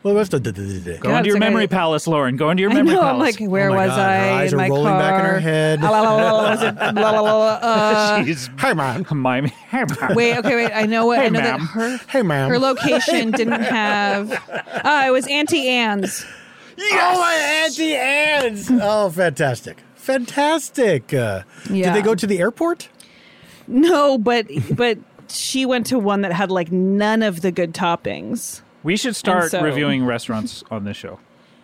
Speaker 2: What restaurant did they do?
Speaker 3: Go
Speaker 1: God,
Speaker 3: into your
Speaker 1: it's like
Speaker 3: memory
Speaker 1: I-
Speaker 3: palace, Lauren. Go into your
Speaker 1: I
Speaker 3: memory
Speaker 1: know. I'm
Speaker 3: palace.
Speaker 1: like, where
Speaker 2: Oh my
Speaker 1: was
Speaker 2: God,
Speaker 1: I?
Speaker 2: her eyes
Speaker 1: in
Speaker 2: are
Speaker 1: my
Speaker 2: rolling
Speaker 1: car. Ah,
Speaker 2: back in her head.
Speaker 1: La, la, la, la, la, was it- la, la, la, la,
Speaker 2: [laughs]
Speaker 1: uh,
Speaker 3: [laughs] Jeez.
Speaker 2: Hey, ma'am.
Speaker 3: My, hey, ma'am.
Speaker 1: wait, okay, wait. I know what
Speaker 3: Hey,
Speaker 1: I know that
Speaker 3: ma'am.
Speaker 1: her
Speaker 2: Hey, ma'am.
Speaker 1: her
Speaker 2: [laughs]
Speaker 1: location didn't have. Uh, it was Auntie Anne's.
Speaker 2: Oh, Auntie Anne's. oh, fantastic. Fantastic. Uh,
Speaker 1: Yeah.
Speaker 2: Did they go to the airport?
Speaker 1: No, but but she went to one that had like none of the good toppings.
Speaker 3: We should start
Speaker 1: so-
Speaker 3: reviewing restaurants on this show.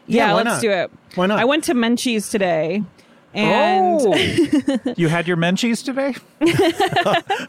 Speaker 1: Yeah,
Speaker 2: why
Speaker 1: let's
Speaker 2: not?
Speaker 1: do it.
Speaker 2: Why not?
Speaker 1: I went to Menchie's today, and
Speaker 3: [laughs] oh, you had your Menchie's today?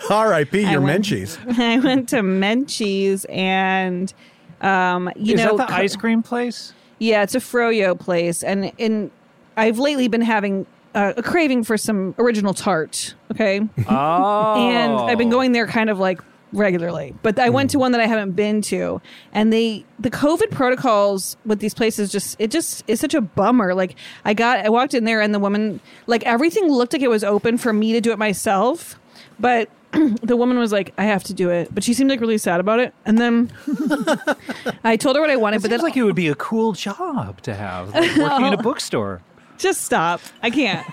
Speaker 2: R.I.P. Your
Speaker 1: went-
Speaker 2: Menchie's.
Speaker 1: [laughs] I went to Menchie's and um you
Speaker 3: Is
Speaker 1: know
Speaker 3: that the
Speaker 1: co-
Speaker 3: ice cream place?
Speaker 1: yeah it's a froyo place and and I've lately been having uh, a craving for some original tart okay
Speaker 3: Oh,
Speaker 1: and I've been going there kind of like regularly but I went to one that I haven't been to and they the covid protocols with these places just it just is such a bummer like I got I walked in there and the woman like everything looked like it was open for me to do it myself but [clears throat] the woman was like I have to do it but she seemed like really sad about it and
Speaker 3: [laughs]
Speaker 1: then I told her what I wanted but
Speaker 3: Seems
Speaker 1: then
Speaker 3: like it would be a cool job to have, like working [laughs] in a bookstore.
Speaker 1: just stop. I can't.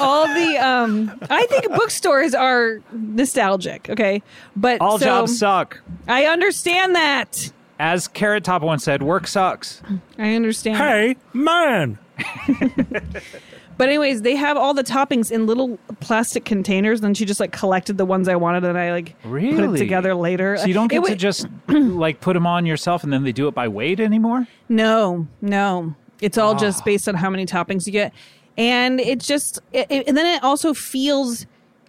Speaker 1: All the um I think bookstores are nostalgic, okay? But
Speaker 3: All
Speaker 1: so,
Speaker 3: jobs suck.
Speaker 1: I understand that.
Speaker 3: As Carrot Top once said, work sucks.
Speaker 1: I understand. that.
Speaker 2: Hey, man.
Speaker 1: But anyways, they have all the toppings in little plastic containers. Then she just like collected the ones I wanted, and I like put it
Speaker 3: Really?
Speaker 1: together later.
Speaker 3: So you don't
Speaker 1: It
Speaker 3: get
Speaker 1: wa-
Speaker 3: to just [clears throat] like put them on yourself and then they do it by weight anymore?
Speaker 1: No, no. It's all
Speaker 3: Ah.
Speaker 1: just based on how many toppings you get. And it just, it, it- and then it also feels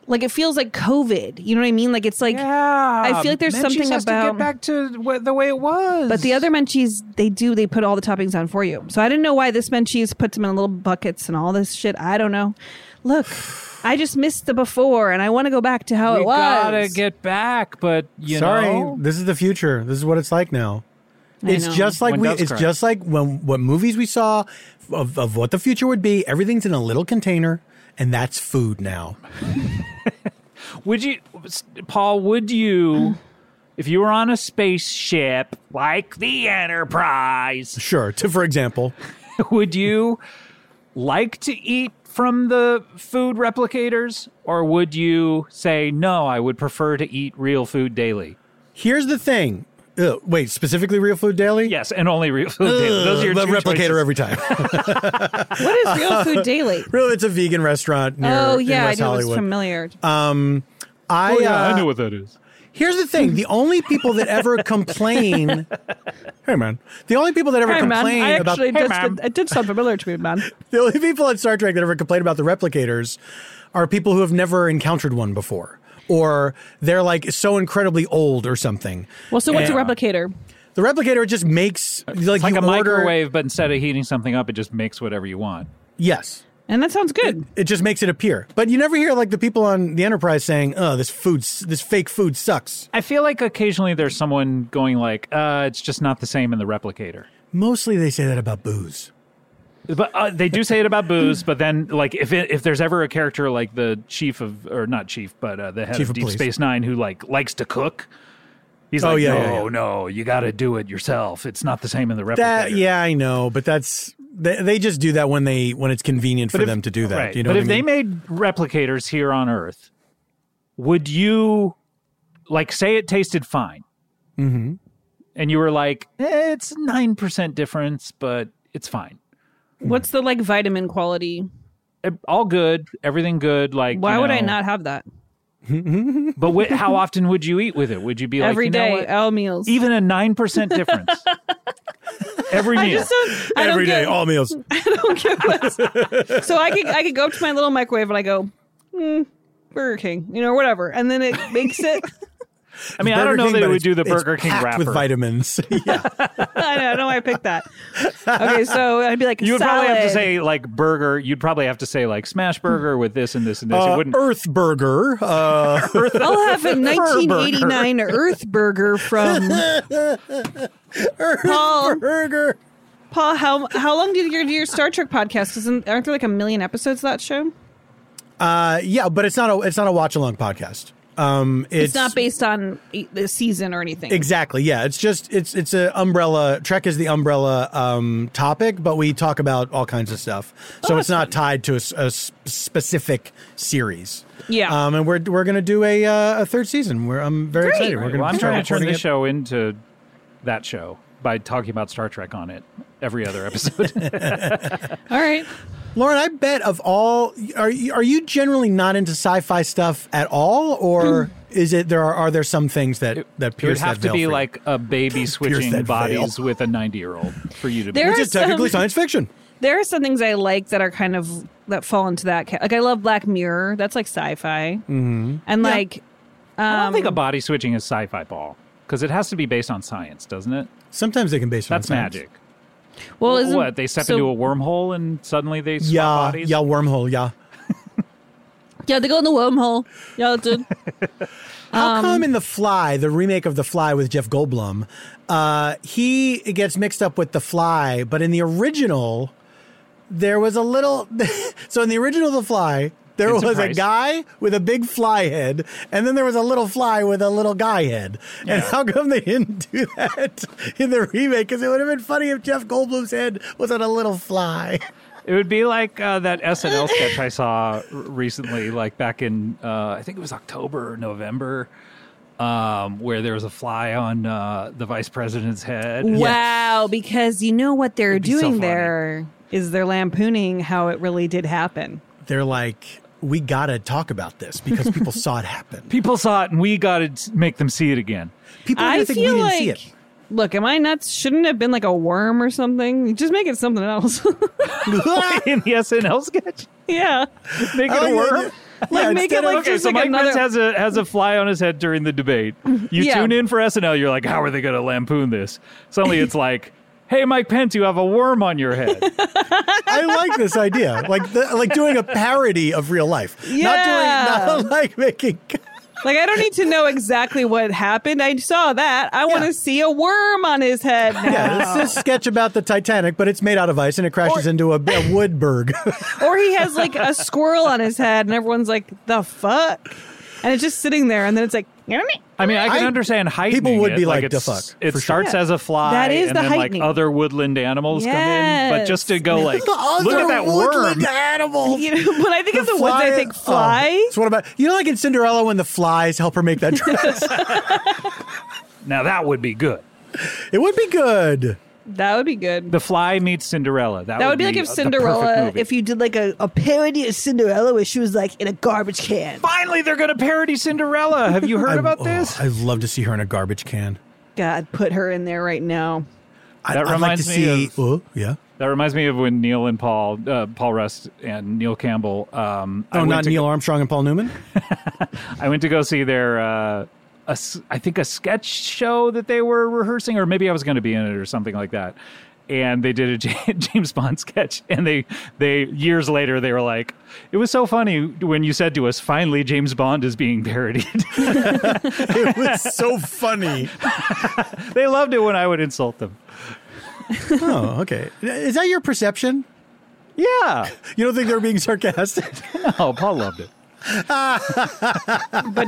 Speaker 1: like it feels like COVID. You know what I mean? Like it's like, I feel like there's
Speaker 3: Menchie's
Speaker 1: something
Speaker 3: has to
Speaker 1: about.
Speaker 3: get back to wh- the way it was.
Speaker 1: but the other Menchie's, they do, they put all the toppings on for you. So I didn't know why this Menchie's puts them in little buckets and all this shit. I don't know. Look, I just missed the before and I want to go back to how
Speaker 3: we
Speaker 1: it was.
Speaker 3: gotta get back. But you
Speaker 2: Sorry,
Speaker 3: know,
Speaker 2: this is the future. This is what it's like now. It's
Speaker 1: know.
Speaker 2: just like
Speaker 3: When
Speaker 2: we.
Speaker 3: doves
Speaker 2: It's
Speaker 3: cry.
Speaker 2: just like when what movies we saw of, of what the future would be. Everything's in a little container, and that's food now.
Speaker 3: would you, Paul? Would you, if you were on a spaceship like the Enterprise,
Speaker 2: Sure. To for example,
Speaker 3: would you like to eat from the food replicators, or would you say no? I would prefer to eat real food daily.
Speaker 2: here's the thing. Ugh, wait, specifically real food daily.
Speaker 3: Yes, and only real food daily. Those are your
Speaker 2: the
Speaker 3: two
Speaker 2: replicator
Speaker 3: choices.
Speaker 2: every
Speaker 3: [laughs]
Speaker 2: time.
Speaker 1: What is real food daily?
Speaker 2: Real, it's a vegan restaurant near
Speaker 1: oh,
Speaker 2: in
Speaker 1: yeah. I
Speaker 2: West
Speaker 1: know it's
Speaker 2: Hollywood.
Speaker 1: familiar.
Speaker 3: Uh,
Speaker 2: I,
Speaker 3: Oh,
Speaker 2: uh,
Speaker 3: what that is.
Speaker 2: Here's the thing: the only people that
Speaker 3: [laughs]
Speaker 2: ever complain, hey man, the only people that ever complain about [laughs]
Speaker 1: it did sound familiar to me, man.
Speaker 2: the only people at Star Trek that ever complain about the replicators are people who have never encountered one before, or they're like so incredibly old or something.
Speaker 1: Well, so what's a
Speaker 2: Yeah.
Speaker 1: replicator?
Speaker 2: The replicator just makes like,
Speaker 3: It's like
Speaker 2: you
Speaker 3: a
Speaker 2: order-
Speaker 3: microwave, but instead of heating something up, it just makes whatever you want.
Speaker 2: Yes.
Speaker 1: And that sounds good.
Speaker 2: It just makes it appear, but you never hear like the people on the Enterprise saying, "Oh, this food, s- this fake food sucks."
Speaker 3: I feel like occasionally there's someone going like, uh, "It's just not the same in the replicator."
Speaker 2: Mostly they say that about booze.
Speaker 3: But uh, they do say it about booze. But then, like, if it, if there's ever a character like the chief of, or not chief, but uh, the head
Speaker 2: Chief
Speaker 3: of
Speaker 2: of
Speaker 3: Deep
Speaker 2: police.
Speaker 3: Space Nine, who like likes to cook, he's
Speaker 2: Oh,
Speaker 3: like,
Speaker 2: yeah,
Speaker 3: "No,
Speaker 2: yeah, yeah.
Speaker 3: no, you got to do it yourself. It's not the same in the replicator."
Speaker 2: That yeah, I know, but that's they, they just do that when they when it's convenient for
Speaker 3: But if-
Speaker 2: them to do that.
Speaker 3: Right.
Speaker 2: You know,
Speaker 3: but
Speaker 2: what
Speaker 3: if
Speaker 2: I mean?
Speaker 3: they made replicators here on Earth, would you like say it tasted fine? Mm-hmm. And you were like, eh, it's nine percent difference, but it's fine.
Speaker 1: What's the like vitamin quality?
Speaker 3: Eh, All good, everything good. Like,
Speaker 1: Why
Speaker 3: you
Speaker 1: would I
Speaker 3: know.
Speaker 1: not have that
Speaker 3: But wi- how often would you eat with it? Would you be like
Speaker 1: every
Speaker 3: you know
Speaker 1: day? Oh.
Speaker 3: what?
Speaker 1: all meals.
Speaker 3: Even a nine percent difference
Speaker 1: [laughs]
Speaker 3: every
Speaker 1: I
Speaker 3: meal.
Speaker 1: just don't. I
Speaker 2: every
Speaker 1: don't
Speaker 2: day,
Speaker 1: [laughs] get,
Speaker 2: all meals.
Speaker 3: [laughs]
Speaker 1: So I could I could go up to my little microwave and I go, hmm, Burger King, you know, or whatever, and then it makes it. [laughs]
Speaker 3: I mean, I don't
Speaker 2: Burger
Speaker 3: know
Speaker 2: King,
Speaker 3: that it
Speaker 2: but
Speaker 3: would
Speaker 2: it's-
Speaker 3: do the
Speaker 2: it's
Speaker 3: Burger King
Speaker 2: packed
Speaker 3: wrapper.
Speaker 2: with
Speaker 3: [laughs]
Speaker 2: vitamins.
Speaker 1: I know, I know why I picked that. Okay, so I'd be like,
Speaker 3: You would
Speaker 1: salad.
Speaker 3: probably have to say like burger. You'd probably have to say like smash burger with this and this and this.
Speaker 2: Uh,
Speaker 3: it wouldn't.
Speaker 2: Earth Burger. Uh,
Speaker 1: I'll have a 1989 Earth Burger
Speaker 3: [laughs]
Speaker 1: from Paul.
Speaker 2: burger.
Speaker 1: Paul, how how long did your do your Star Trek podcast? Isn't aren't there like a million episodes of that show?
Speaker 2: Uh, yeah, but it's not a it's not a watch along podcast. Um, it's,
Speaker 1: It's, not based on e- the season or anything.
Speaker 2: exactly. Yeah, it's just it's it's a umbrella. Trek is the umbrella um, topic, but we talk about all kinds of stuff.
Speaker 1: Oh,
Speaker 2: So it's not tied to a, s- a s- specific series.
Speaker 1: Yeah.
Speaker 2: Um, and we're we're gonna do a uh, a third season. We're I'm very excited. We're
Speaker 3: Right,
Speaker 2: gonna
Speaker 3: well, I'm
Speaker 2: start
Speaker 3: trying to turn
Speaker 2: recording
Speaker 3: this
Speaker 2: it.
Speaker 3: show into that show by talking about Star Trek on it every other episode.
Speaker 1: All right.
Speaker 2: Lauren, I bet of all, are you, are you generally not into sci-fi stuff at all,
Speaker 1: Hmm.
Speaker 2: or is it there are are there some things that that
Speaker 3: it
Speaker 2: [laughs]
Speaker 3: would
Speaker 2: pierce
Speaker 3: have
Speaker 2: that
Speaker 3: to
Speaker 2: veil
Speaker 3: be
Speaker 2: for you?
Speaker 3: like
Speaker 2: [laughs]
Speaker 3: a baby switching
Speaker 2: that
Speaker 3: bodies
Speaker 2: veil.
Speaker 3: with a 90 year old for you to
Speaker 1: There
Speaker 2: which
Speaker 1: are
Speaker 2: is technically
Speaker 1: some-
Speaker 2: science fiction.
Speaker 1: There are some things I like that are kind of that fall into that. Ca- like I love Black Mirror. That's like sci-fi. Mm-hmm. And like
Speaker 3: be. I don't
Speaker 1: um,
Speaker 3: think a body switching is sci fi ball because it has to be based on science, doesn't it?
Speaker 2: Sometimes they can base it on
Speaker 3: That's
Speaker 2: science.
Speaker 3: magic.
Speaker 1: well, isn't
Speaker 3: what they step
Speaker 1: so-
Speaker 3: into a wormhole and suddenly they swap
Speaker 2: Yeah,
Speaker 3: bodies.
Speaker 2: yeah, wormhole. Yeah.
Speaker 1: yeah they go in the wormhole. Yeah, [laughs] dude.
Speaker 2: How
Speaker 3: Um,
Speaker 2: come in The Fly, the remake of The Fly with Jeff Goldblum, uh, he gets mixed up with The Fly, but in the original, there was a little. [laughs] so in the original The Fly, there
Speaker 3: It's a
Speaker 2: was a
Speaker 3: price.
Speaker 2: guy with a big fly head, and then there was a little fly with a little guy head. And how come they didn't do that [laughs] in the remake? Because it would have been funny if Jeff Goldblum's head was on a little fly.
Speaker 3: It would be like uh, that SNL sketch I saw r- recently, like back in uh, I think it was October or November, um, where there was a fly on uh, the vice president's head.
Speaker 1: Wow, because you know what they're
Speaker 3: be so
Speaker 1: doing
Speaker 3: funny.
Speaker 1: there is they're lampooning how it really did happen.
Speaker 2: [laughs] They're like, we gotta talk about this because people saw it
Speaker 3: [laughs]
Speaker 2: happen.
Speaker 3: People saw it, and we got to make them see it again. [laughs]
Speaker 2: People are gonna
Speaker 1: I
Speaker 2: think we
Speaker 1: feel
Speaker 2: didn't
Speaker 1: like.
Speaker 2: see it.
Speaker 1: Look, am I nuts? Shouldn't it have been like a worm or something. Just make it something
Speaker 2: [laughs]
Speaker 1: else. [laughs]
Speaker 3: in the SNL sketch,
Speaker 1: yeah.
Speaker 3: make it
Speaker 2: Oh,
Speaker 3: a
Speaker 2: yeah,
Speaker 3: worm.
Speaker 2: yeah.
Speaker 1: Like, make
Speaker 2: instead
Speaker 1: it
Speaker 2: of-
Speaker 1: like
Speaker 3: Okay,
Speaker 1: just
Speaker 3: so
Speaker 1: like
Speaker 3: Mike
Speaker 1: another.
Speaker 3: Pence has a has a fly on his head during the debate. [laughs] You
Speaker 1: Yeah.
Speaker 3: tune in for SNL, you're like, how are they going to lampoon this? Suddenly, it's like, hey, Mike Pence, you have a worm on your head.
Speaker 2: I like this idea, like the, like doing a parody of real life.
Speaker 1: Yeah.
Speaker 2: Not doing, not [laughs] like making.
Speaker 1: Like I don't need to know exactly what happened. I saw that. I want
Speaker 2: Yeah.
Speaker 1: to see a worm on his head. now.
Speaker 2: Yeah, it's a sketch about the Titanic, but it's made out of ice and it crashes into a, a woodberg.
Speaker 1: Or he has like a squirrel on his head and everyone's like, "The fuck?" And it's just sitting there and then it's like, [laughs]
Speaker 3: I mean, I can
Speaker 2: I-
Speaker 3: understand heightening.
Speaker 2: people would
Speaker 3: it,
Speaker 2: be like,
Speaker 3: it's-
Speaker 2: "The fuck,"
Speaker 3: It
Speaker 2: for
Speaker 3: starts
Speaker 1: sure.
Speaker 3: as a fly.
Speaker 1: That is
Speaker 3: and
Speaker 1: the
Speaker 3: then,
Speaker 1: heightening.
Speaker 3: Like other woodland animals come in, but just to go like,
Speaker 2: the [laughs] other
Speaker 3: look at that
Speaker 2: woodland
Speaker 3: worm.
Speaker 2: animal.
Speaker 1: you know, when I think of the woods, I think fly.
Speaker 2: Oh, so what about you know, like in Cinderella when the flies help her make that dress?
Speaker 3: Now that would be good.
Speaker 2: it would be good.
Speaker 1: That would be good.
Speaker 3: The fly meets Cinderella. That,
Speaker 1: that would be like if
Speaker 3: uh, the perfect
Speaker 1: Cinderella,
Speaker 3: movie.
Speaker 1: if you did like a, a parody of Cinderella where she was like in a garbage can.
Speaker 3: finally they're going to parody Cinderella. Have you heard
Speaker 2: I-
Speaker 3: about
Speaker 2: oh,
Speaker 3: this?
Speaker 2: I'd love to see her in a garbage can.
Speaker 1: God, put her in there right now.
Speaker 2: I, I'd like
Speaker 3: That
Speaker 2: to
Speaker 3: reminds me
Speaker 2: see.
Speaker 3: of-
Speaker 2: oh, yeah.
Speaker 3: That reminds me of when Neil and Paul, uh, Paul Rust and Neil Campbell. Um, I
Speaker 2: Oh,
Speaker 3: went
Speaker 2: not
Speaker 3: to-
Speaker 2: Neil Armstrong and Paul Newman.
Speaker 3: I went to go see their, uh, a s I think a sketch show that they were rehearsing, or maybe I was going to be in it or something like that. And they did a [laughs] J- James Bond sketch, and they they years later they were like, "It was so funny when you said to us, finally James Bond is being parodied." [laughs]
Speaker 2: it was so funny.
Speaker 3: they loved it when I would insult them.
Speaker 2: Oh, okay. Is that your perception?
Speaker 3: Yeah,
Speaker 2: You don't think they're being sarcastic?
Speaker 3: [laughs] oh, Paul loved it.
Speaker 1: But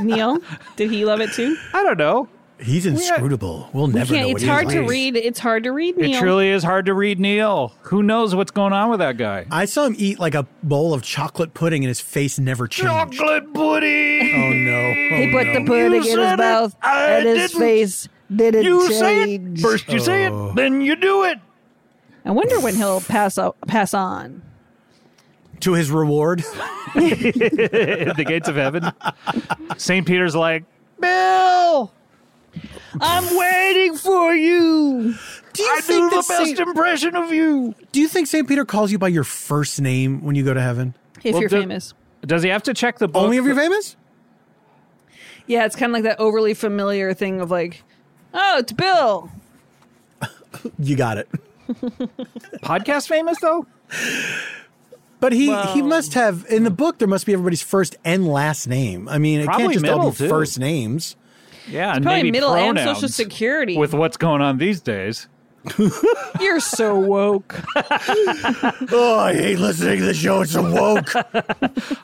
Speaker 2: [laughs]
Speaker 1: Neil, did he love it too?
Speaker 3: I don't know.
Speaker 2: He's inscrutable. We'll never
Speaker 1: Yeah,
Speaker 2: know.
Speaker 1: it's
Speaker 2: what he
Speaker 1: hard to
Speaker 2: likes.
Speaker 1: read. It's hard to read,
Speaker 3: It
Speaker 1: Neil.
Speaker 3: truly is hard to read Neil. Who knows what's going on with that guy?
Speaker 2: I saw him eat like a bowl of chocolate pudding, and his face never changed.
Speaker 3: Chocolate pudding.
Speaker 2: Oh no!
Speaker 5: He
Speaker 2: Oh,
Speaker 5: put
Speaker 2: no.
Speaker 5: the pudding in
Speaker 3: said
Speaker 5: his
Speaker 3: it.
Speaker 5: mouth
Speaker 3: I
Speaker 5: and his
Speaker 3: didn't.
Speaker 5: face didn't
Speaker 3: You say it
Speaker 5: change.
Speaker 3: first. You say it, then you do it.
Speaker 1: I wonder when he'll pass o- pass on.
Speaker 2: to his reward.
Speaker 3: At the gates of heaven, [laughs] Saint Peter's like Bill.
Speaker 1: I'm waiting for you.
Speaker 2: Do you
Speaker 3: I do
Speaker 2: think
Speaker 3: the
Speaker 2: that
Speaker 3: best
Speaker 2: Saint,
Speaker 3: impression of you.
Speaker 2: Do you think Saint Peter calls you by your first name when you go to heaven?
Speaker 1: If
Speaker 3: Well,
Speaker 1: you're
Speaker 3: do-
Speaker 1: famous.
Speaker 3: Does he have to check the book?
Speaker 2: Only if you're famous.
Speaker 1: Yeah, it's kind of like that overly familiar thing of like, oh, it's Bill.
Speaker 2: You got it.
Speaker 3: podcast famous though.
Speaker 2: But he he must have in the book. There must be everybody's first and last name. I mean, it
Speaker 3: Probably
Speaker 2: can't just all
Speaker 3: middle,
Speaker 2: be
Speaker 3: too.
Speaker 2: first names.
Speaker 3: Yeah, and
Speaker 1: Probably
Speaker 3: maybe
Speaker 1: middle and
Speaker 3: pronouns
Speaker 1: social security.
Speaker 3: with what's going on these days.
Speaker 1: you're so woke.
Speaker 2: Oh, I hate listening to the show. It's so woke.
Speaker 3: All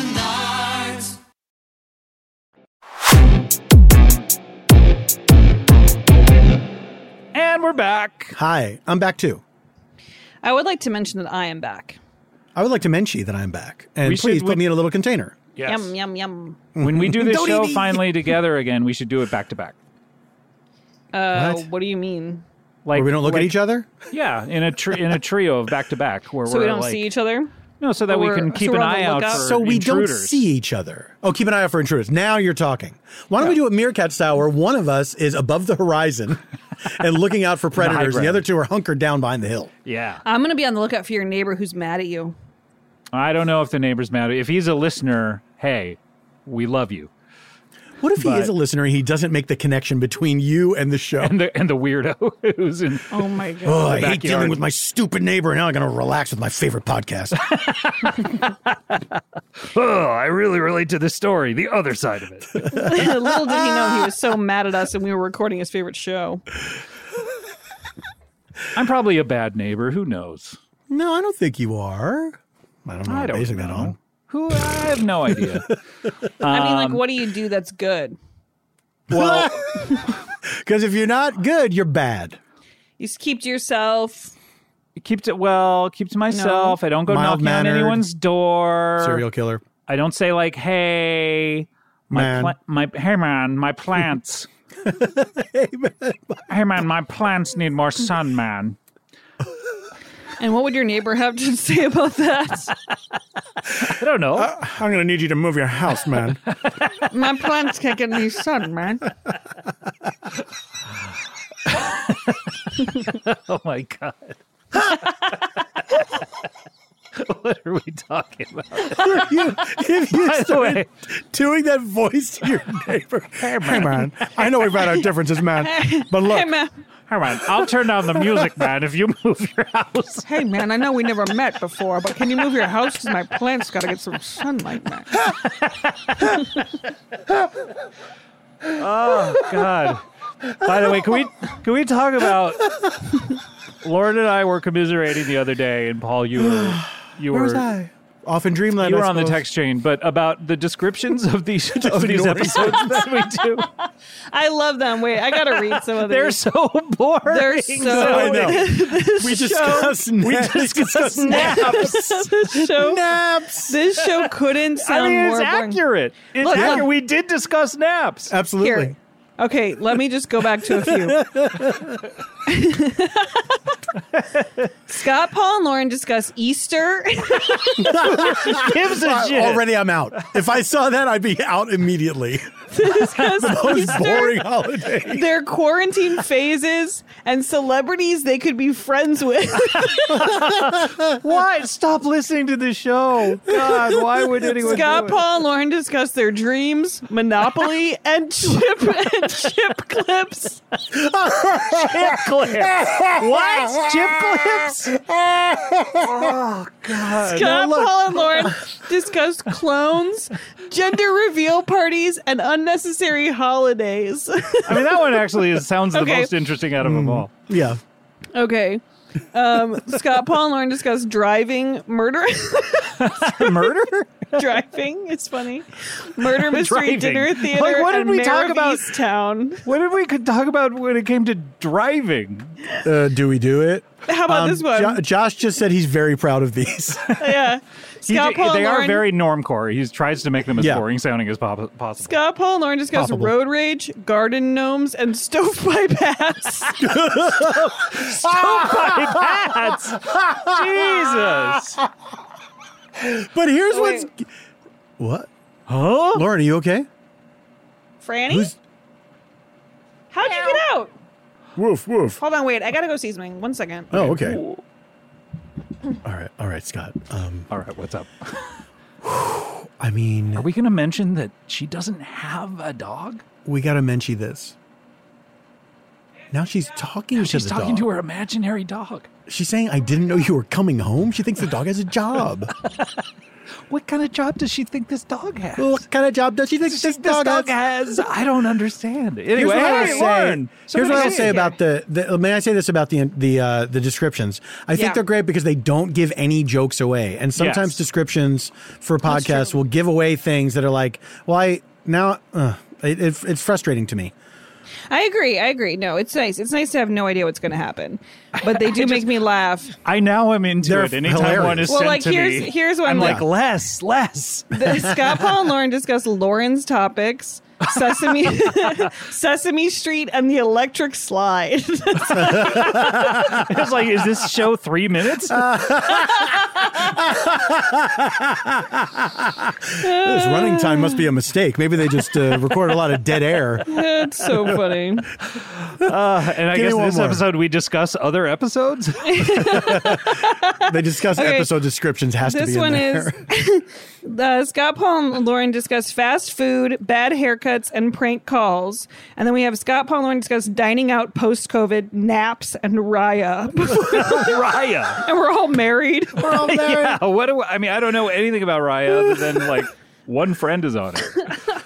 Speaker 3: And we're back.
Speaker 2: Hi, I'm back too.
Speaker 1: I would like to mention that I am back.
Speaker 2: I would like to mention that I'm back, and
Speaker 3: We should-
Speaker 2: please
Speaker 3: we-
Speaker 2: put me in a little container.
Speaker 3: Yes.
Speaker 1: Yum yum yum.
Speaker 3: When
Speaker 1: [laughs]
Speaker 3: we do this
Speaker 2: Don't
Speaker 3: show
Speaker 2: eat me.
Speaker 3: finally together again, we should do it back to back.
Speaker 1: Uh,
Speaker 2: What?
Speaker 1: what? do you mean?
Speaker 3: Like
Speaker 2: Where we don't look at each other.
Speaker 3: other. Yeah, in a tri- in a trio of back to back, where
Speaker 1: So
Speaker 3: we're
Speaker 1: we don't
Speaker 3: like,
Speaker 1: see each other.
Speaker 3: No, so that we
Speaker 1: Or-
Speaker 3: can
Speaker 1: so
Speaker 3: keep
Speaker 1: we're
Speaker 3: an
Speaker 1: on the
Speaker 3: eye out
Speaker 1: lookout?
Speaker 3: for
Speaker 2: so we don't
Speaker 3: intruders.
Speaker 2: see each other. Oh, keep an eye out for intruders. Now you're talking. Why don't we do it meerkat style, where one of us is above the
Speaker 3: [laughs]
Speaker 2: horizon and looking out for predators, and
Speaker 3: ground.
Speaker 2: the other two are hunkered down behind the hill?
Speaker 3: Yeah,
Speaker 1: I'm gonna be on the lookout for your neighbor who's mad at you.
Speaker 3: I don't know if the neighbor's mad. If he's a listener, hey, we love you. [laughs]
Speaker 2: What if he is a
Speaker 3: But-
Speaker 2: listener and he doesn't make the connection between you and the show? [laughs]
Speaker 3: And the and the weirdo [laughs] who's in.
Speaker 1: Oh my god.
Speaker 2: Oh, I hate
Speaker 3: backyard.
Speaker 2: dealing with my stupid neighbor. Now I'm going to relax with my favorite
Speaker 3: [laughs]
Speaker 2: podcast.
Speaker 3: Oh, I really relate to this story. The other
Speaker 2: [laughs]
Speaker 3: side of it.
Speaker 1: [laughs] Little did he know he was so mad at us and we were recording his favorite show.
Speaker 3: I'm probably a bad neighbor. Who knows?
Speaker 2: no, I don't think you are. I don't know.
Speaker 3: I
Speaker 2: I'm
Speaker 3: don't
Speaker 2: basing
Speaker 3: know.
Speaker 2: that on.
Speaker 3: Who? I have no
Speaker 2: [laughs]
Speaker 3: idea.
Speaker 1: I mean,
Speaker 3: Um,
Speaker 1: like, what do you do that's good?
Speaker 2: Well, because if you're not good, you're bad.
Speaker 1: You just keep to yourself.
Speaker 3: keep to well. Keep to myself. I don't go knocking on
Speaker 2: Mild-mannered.
Speaker 3: anyone's door.
Speaker 2: Serial killer.
Speaker 3: I don't say like, "Hey, my
Speaker 2: Man.
Speaker 3: pla- my hey man,
Speaker 2: [laughs]
Speaker 3: my plants." hey man, my plants need more sun, man.
Speaker 1: And what would your neighbor have to [laughs] say about that?
Speaker 3: I don't know.
Speaker 2: Uh, I'm going to need you to move your house,
Speaker 1: [laughs]
Speaker 2: man.
Speaker 1: My plants can't get any sun, man.
Speaker 3: oh my god.
Speaker 2: [laughs]
Speaker 3: what are we talking about?
Speaker 2: you, if you
Speaker 3: By the
Speaker 2: started
Speaker 3: way,
Speaker 2: doing that voice to
Speaker 1: [laughs]
Speaker 2: your neighbor, hey, man. I know we've had our differences, man. But look,
Speaker 1: Hey man,
Speaker 3: hey man, I'll turn down the music, man, if you move your [laughs] house.
Speaker 1: hey man, I know we never met before, but can you move your house? Because my plants got to get some sunlight, man.
Speaker 3: God. By the way, can we can we talk about Lauren and I were commiserating the other day, and Paul, you were you
Speaker 2: where
Speaker 3: were
Speaker 2: was I? Off in dreamland.
Speaker 3: you
Speaker 2: I
Speaker 3: were on the
Speaker 2: suppose.
Speaker 3: text chain, but about the descriptions of these [laughs] of these
Speaker 2: ignoring
Speaker 3: episodes that we do,
Speaker 1: I love them. Wait, I gotta read some of these.
Speaker 3: they're so [laughs] boring.
Speaker 1: They're so-
Speaker 2: I know. we discussed
Speaker 3: We
Speaker 2: naps.
Speaker 3: discuss naps.
Speaker 1: this show,
Speaker 2: naps.
Speaker 1: [laughs] this show couldn't sound
Speaker 3: I mean,
Speaker 1: more
Speaker 3: it's
Speaker 1: boring.
Speaker 3: accurate. It's
Speaker 1: Look,
Speaker 3: accurate.
Speaker 1: look.
Speaker 3: We did discuss naps.
Speaker 2: Absolutely.
Speaker 1: Here. Okay, let me just go back to a few. [laughs] Scott, Paul, and Lauren discuss Easter. [laughs]
Speaker 3: Gives a shit.
Speaker 2: Already, I'm out. If I saw that, I'd be out
Speaker 1: [laughs]
Speaker 2: immediately.
Speaker 1: discuss
Speaker 2: Those
Speaker 1: Easter,
Speaker 2: boring holidays.
Speaker 1: their quarantine phases, and celebrities they could be friends
Speaker 3: [laughs]
Speaker 1: with.
Speaker 3: Why? Stop listening to the show. God,
Speaker 1: [laughs]
Speaker 3: why would anyone?
Speaker 1: Scott,
Speaker 3: do it?
Speaker 1: Paul, and Lauren discuss their dreams, Monopoly, and chip [laughs] and chip clips.
Speaker 3: Chip clips. What? Chip clips?
Speaker 1: Scott, Paul, and Lauren discuss clones, gender reveal parties, and unnecessary holidays. [laughs]
Speaker 3: I mean, that one actually is, sounds the
Speaker 1: Okay.
Speaker 3: most interesting out of
Speaker 2: Hmm.
Speaker 3: them all.
Speaker 2: Yeah.
Speaker 1: okay. Um, Scott, Paul, and Lauren discuss driving, murder, [laughs]
Speaker 3: Murder?
Speaker 1: driving. It's funny. Murder mystery
Speaker 3: Driving.
Speaker 1: dinner
Speaker 3: Like,
Speaker 1: theater.
Speaker 3: what did
Speaker 1: and
Speaker 3: we
Speaker 1: Mayor
Speaker 3: talk
Speaker 1: of
Speaker 3: about?
Speaker 1: Easttown.
Speaker 3: What did we could talk about when it came to driving?
Speaker 2: [laughs] Uh, do we do it? Um,
Speaker 1: How
Speaker 3: Um,
Speaker 1: about Oh, this one?
Speaker 2: Jo- Josh just said he's very proud of these. [laughs]
Speaker 1: yeah.
Speaker 3: He
Speaker 1: Scott,
Speaker 3: j-
Speaker 1: Paul,
Speaker 3: they
Speaker 1: and
Speaker 3: are
Speaker 1: Lauren
Speaker 3: very normcore. He tries to make them as
Speaker 2: Yeah.
Speaker 3: boring sounding as po- possible.
Speaker 1: Scott, Paul, and Lauren discuss
Speaker 2: Possible.
Speaker 1: road rage, garden gnomes, and stovepipe [laughs] hats.
Speaker 2: [laughs]
Speaker 3: That's Jesus.
Speaker 2: but here's
Speaker 1: Wait.
Speaker 2: what's. What?
Speaker 3: Huh?
Speaker 2: Lauren, are you okay?
Speaker 1: Franny,
Speaker 2: Who's.
Speaker 1: how'd you get out?
Speaker 2: Woof, woof.
Speaker 1: Hold on, wait. I gotta go see something. One second.
Speaker 2: Oh, okay. [laughs] All right. All right, Scott. Um,
Speaker 3: All right, what's up?
Speaker 2: I mean,
Speaker 3: Are we going to mention that she doesn't have a dog?
Speaker 2: we got to mention this. Now she's talking to
Speaker 3: She's
Speaker 2: the
Speaker 3: talking
Speaker 2: dog.
Speaker 3: to her imaginary dog.
Speaker 2: She's saying, I didn't know you were coming home. She thinks the dog has a
Speaker 3: [laughs]
Speaker 2: job.
Speaker 3: What kind of job does she think this dog has?
Speaker 2: what kind of job does she think
Speaker 3: This,
Speaker 2: this,
Speaker 3: dog,
Speaker 2: dog, has?
Speaker 3: has. I don't understand. Anyway,
Speaker 2: Here's what I'll
Speaker 3: hey,
Speaker 2: say.
Speaker 3: Lauren,
Speaker 2: Here's
Speaker 3: somebody
Speaker 2: what I'll
Speaker 3: say
Speaker 2: say
Speaker 3: it.
Speaker 2: about the, the. May I say this about the the uh, the descriptions? I think
Speaker 1: Yeah.
Speaker 2: they're great because they don't give any jokes away, and sometimes
Speaker 3: Yes.
Speaker 2: descriptions for podcasts will give away things that are like, "Well, I now uh, it, it, it's frustrating to me."
Speaker 1: I agree. I agree. No, it's nice. It's nice to have no idea what's gonna happen, but they do make me laugh.
Speaker 3: I now am into
Speaker 2: They're
Speaker 3: it. Anytime
Speaker 2: hilarious.
Speaker 3: one is
Speaker 1: Well,
Speaker 3: sent
Speaker 1: like,
Speaker 3: to
Speaker 1: here's-
Speaker 3: me,
Speaker 1: here's what I'm
Speaker 3: like,
Speaker 1: like-
Speaker 3: less, less.
Speaker 1: The- Scott, Paul, and Lauren discuss Lauren's topics. Sesame, [laughs] Sesame Street, and the Electric Slide.
Speaker 3: [laughs] it's like, is this show
Speaker 2: [laughs]
Speaker 3: three minutes?
Speaker 2: Uh, This running time must be a mistake. Maybe they just [laughs] uh, record a lot of dead air.
Speaker 1: That's so [laughs] funny.
Speaker 3: and I
Speaker 2: give me
Speaker 3: guess
Speaker 2: one
Speaker 3: this
Speaker 2: more.
Speaker 3: episode we discuss
Speaker 1: [laughs]
Speaker 3: other episodes. [laughs]
Speaker 2: They discuss
Speaker 1: Okay.
Speaker 2: episode descriptions has to be
Speaker 1: This
Speaker 2: in
Speaker 1: one
Speaker 2: there.
Speaker 1: is
Speaker 2: [laughs]
Speaker 1: uh, Scott Paul and Lauren discuss fast food, bad haircuts, and prank calls. And then we have Scott Paul and Lauren discuss dining out post COVID, naps, and Raya. [laughs]
Speaker 3: Raya.
Speaker 1: and we're all married.
Speaker 2: [laughs]
Speaker 1: We're all
Speaker 3: Yeah. What do I, I mean? I don't know anything about Raya other than like one friend is on it.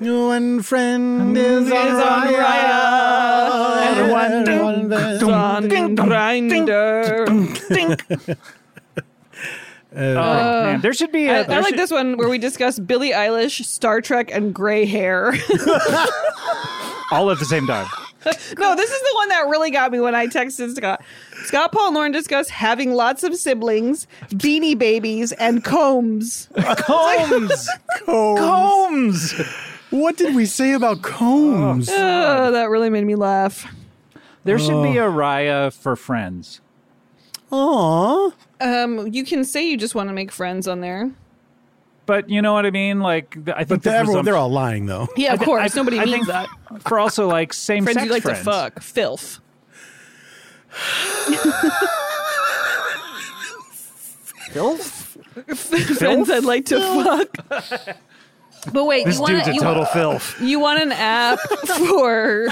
Speaker 2: One friend is on
Speaker 1: Raya.
Speaker 2: Raya. One friend-
Speaker 1: on grinder.
Speaker 3: [laughs] oh man, there should be.
Speaker 1: I,
Speaker 3: A,
Speaker 1: I
Speaker 3: there
Speaker 1: like
Speaker 3: should-
Speaker 1: this one where we discuss Billie Eilish, Star Trek, and gray hair. [laughs]
Speaker 3: all at the same time.
Speaker 1: no, this is the one that really got me when I texted Scott. Scott Paul and Lauren discuss having lots of siblings, beanie babies, and combs.
Speaker 3: Combs.
Speaker 2: Combs.
Speaker 3: Combs.
Speaker 2: [laughs] What did we say about combs?
Speaker 1: Oh, that really made me laugh.
Speaker 3: There should be a Raya for friends.
Speaker 2: Aw.
Speaker 1: Um, you can say you just want to make friends on there.
Speaker 3: But you know what I mean? Like, th- I
Speaker 2: But
Speaker 3: think
Speaker 2: they're,
Speaker 3: the
Speaker 2: everyone,
Speaker 3: presumption-
Speaker 2: they're all lying, though.
Speaker 1: Yeah, of
Speaker 3: I-
Speaker 1: course.
Speaker 3: I-
Speaker 1: Nobody
Speaker 3: I
Speaker 1: means
Speaker 3: think
Speaker 1: that.
Speaker 3: for also like same
Speaker 1: Friends
Speaker 3: sex
Speaker 1: you like
Speaker 3: friends.
Speaker 1: to fuck. Filth.
Speaker 3: Filth?
Speaker 1: [laughs] friends I'd like to fuck. But wait,
Speaker 3: This
Speaker 1: you want
Speaker 3: dude's a
Speaker 1: you,
Speaker 3: total filth.
Speaker 1: you want an
Speaker 3: [laughs]
Speaker 1: app for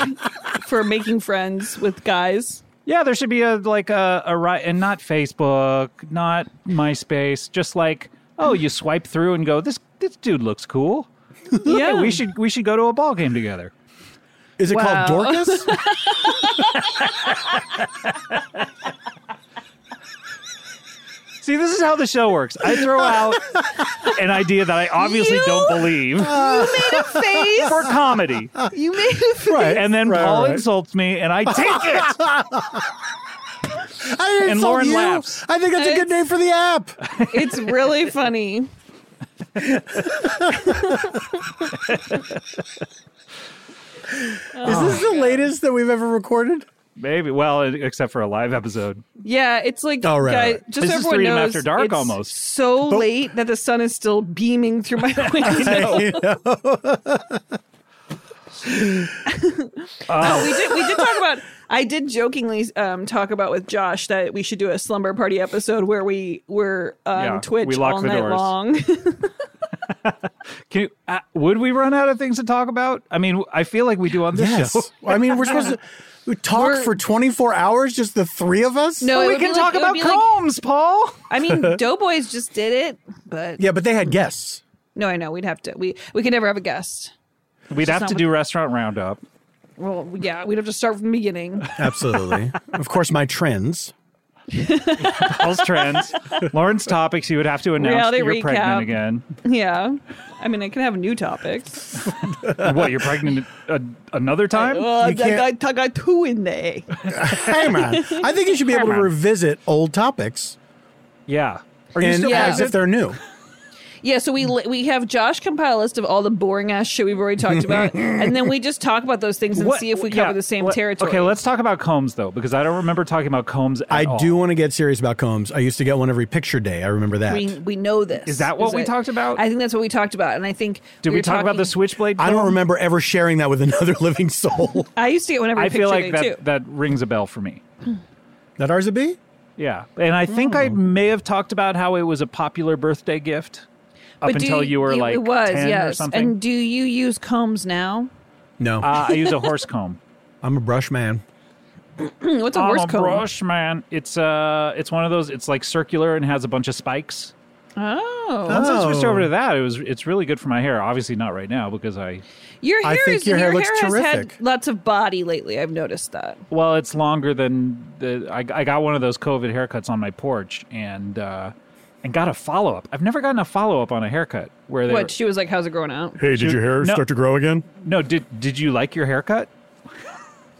Speaker 1: for making friends with guys?
Speaker 3: Yeah, there should be a like a a Ry- and not Facebook, not MySpace, just like oh, you swipe through and go this this dude looks cool.
Speaker 1: Yeah,
Speaker 3: Hey, we should we should go to a ball game together.
Speaker 2: Is it
Speaker 1: Wow.
Speaker 2: called Dorcas?
Speaker 1: [laughs]
Speaker 3: See, this is how the show works. I
Speaker 1: [laughs]
Speaker 3: throw out an idea that I
Speaker 1: [laughs]
Speaker 3: obviously
Speaker 1: You-
Speaker 3: don't believe
Speaker 1: made a face.
Speaker 3: for
Speaker 1: [laughs]
Speaker 3: comedy,
Speaker 1: You made a face.
Speaker 2: right.
Speaker 3: and then
Speaker 2: right,
Speaker 3: Paul
Speaker 2: right.
Speaker 3: insults me, and
Speaker 1: [laughs]
Speaker 3: I take it.
Speaker 2: I didn't
Speaker 3: and
Speaker 2: insult
Speaker 3: Lauren
Speaker 2: you.
Speaker 3: laughs.
Speaker 2: I think that's a good
Speaker 1: It's-
Speaker 2: name for the app.
Speaker 1: It's really funny.
Speaker 2: Is
Speaker 1: Oh.
Speaker 2: this the latest that we've ever recorded?
Speaker 3: Maybe, well, e, except for a live episode.
Speaker 1: Yeah, it's like
Speaker 2: Oh, right,
Speaker 1: guys,
Speaker 2: right.
Speaker 1: just
Speaker 3: This
Speaker 1: so
Speaker 3: is
Speaker 1: everyone
Speaker 3: Freedom
Speaker 1: knows,
Speaker 3: After Dark
Speaker 1: it's
Speaker 3: almost.
Speaker 1: So late that the sun is still beaming through
Speaker 2: [laughs]
Speaker 1: my [laughs] window. oh, we did. We did talk about. I did jokingly um, talk about with Josh that we should do a slumber party episode where we were on
Speaker 3: Yeah,
Speaker 1: Twitch
Speaker 3: we lock
Speaker 1: all
Speaker 3: the
Speaker 1: night
Speaker 2: [laughs]
Speaker 3: doors.
Speaker 1: long.
Speaker 3: Can you, uh, would we run out of things to talk about? I mean, I feel like we do on this
Speaker 1: [laughs]
Speaker 3: show.
Speaker 2: Yes. I mean, we're supposed to we talk
Speaker 1: We're-
Speaker 2: for 24 hours, just the three of us?
Speaker 1: No, it
Speaker 3: we
Speaker 1: would be
Speaker 3: can
Speaker 1: like-
Speaker 3: talk
Speaker 1: it would
Speaker 3: about
Speaker 1: be like-
Speaker 3: Combs, Paul.
Speaker 1: I mean,
Speaker 2: [laughs]
Speaker 1: Doughboys just did it, but
Speaker 2: Yeah, but they had guests.
Speaker 1: no, I know we'd have to. We we could never have a guest.
Speaker 3: We'd have
Speaker 1: not
Speaker 3: to
Speaker 1: what-
Speaker 3: do restaurant roundup.
Speaker 1: Well, yeah, we'd have to start from the beginning.
Speaker 2: [laughs] Absolutely. of course, my trends.
Speaker 1: [laughs]
Speaker 3: Paul's trends, Lauren's topics. You would have to announce
Speaker 1: Reality
Speaker 3: that you're
Speaker 1: recap.
Speaker 3: pregnant again.
Speaker 1: Yeah. I mean, I can have new topics.
Speaker 3: what? You're pregnant a, another time?
Speaker 1: Uh, [laughs] I,
Speaker 2: You can't-
Speaker 1: got, I got two in there.
Speaker 2: Hey,
Speaker 1: [laughs]
Speaker 2: man. I think you should be able to
Speaker 3: Hey, man.
Speaker 2: revisit old topics
Speaker 3: yeah. Are you
Speaker 2: and
Speaker 3: still
Speaker 1: Yeah.
Speaker 2: as if they're new.
Speaker 1: Yeah, so we li- we have Josh compile a list of all the boring ass shit we've already talked
Speaker 3: [laughs]
Speaker 1: about, and then we just talk about those things and
Speaker 3: What-
Speaker 1: see if we
Speaker 3: yeah,
Speaker 1: cover the same
Speaker 3: what-
Speaker 1: territory.
Speaker 3: Okay, let's talk about Combs though, because I don't remember talking about Combs. At
Speaker 2: I
Speaker 3: all.
Speaker 2: do want to get serious about combs. I used to get one every picture day. I remember that.
Speaker 1: We, we know this.
Speaker 3: Is that what
Speaker 1: Is
Speaker 3: we talked about?
Speaker 1: I think that's what we talked about, and I think
Speaker 3: Did we,
Speaker 1: were
Speaker 3: talk about
Speaker 1: talking-
Speaker 3: the switchblade?
Speaker 2: I don't
Speaker 3: comb?
Speaker 2: remember ever sharing that with [laughs] another living soul.
Speaker 1: I used to get whenever
Speaker 3: I feel
Speaker 1: picture
Speaker 3: like
Speaker 1: day,
Speaker 3: that
Speaker 1: too.
Speaker 3: that rings a bell for me.
Speaker 2: that ours would be?
Speaker 3: Yeah, and I think I
Speaker 2: Hmm.
Speaker 3: may have talked about how it was a popular birthday gift up
Speaker 1: But do
Speaker 3: until you were
Speaker 1: it-
Speaker 3: like
Speaker 1: it was
Speaker 3: 10
Speaker 1: yes.
Speaker 3: or something.
Speaker 1: And do you use combs now? [clears throat]
Speaker 2: No.
Speaker 3: uh, I use a
Speaker 1: [laughs]
Speaker 3: horse comb.
Speaker 2: I'm a brush man.
Speaker 1: Hmm, What's a horse
Speaker 3: I'm a
Speaker 1: comb?
Speaker 3: brush man. It's uh, it's one of those. It's like circular and has a bunch of spikes.
Speaker 1: Oh,
Speaker 3: Once I switched
Speaker 2: Oh.
Speaker 3: over to that, it was it's really good for my hair. Obviously not right now because I
Speaker 1: your hair
Speaker 2: I think
Speaker 1: is
Speaker 2: your hair looks
Speaker 1: has
Speaker 2: terrific.
Speaker 1: had lots of body lately. I've noticed that.
Speaker 3: well, it's longer than the I, I got one of those COVID haircuts on my porch and uh, and got a follow up. I've never gotten a follow up on a haircut where they
Speaker 1: What she was like, "How's it growing out?"
Speaker 3: Oh.
Speaker 2: Hey, did your hair
Speaker 3: no.
Speaker 2: start to grow again?
Speaker 3: were- no did did you like your haircut?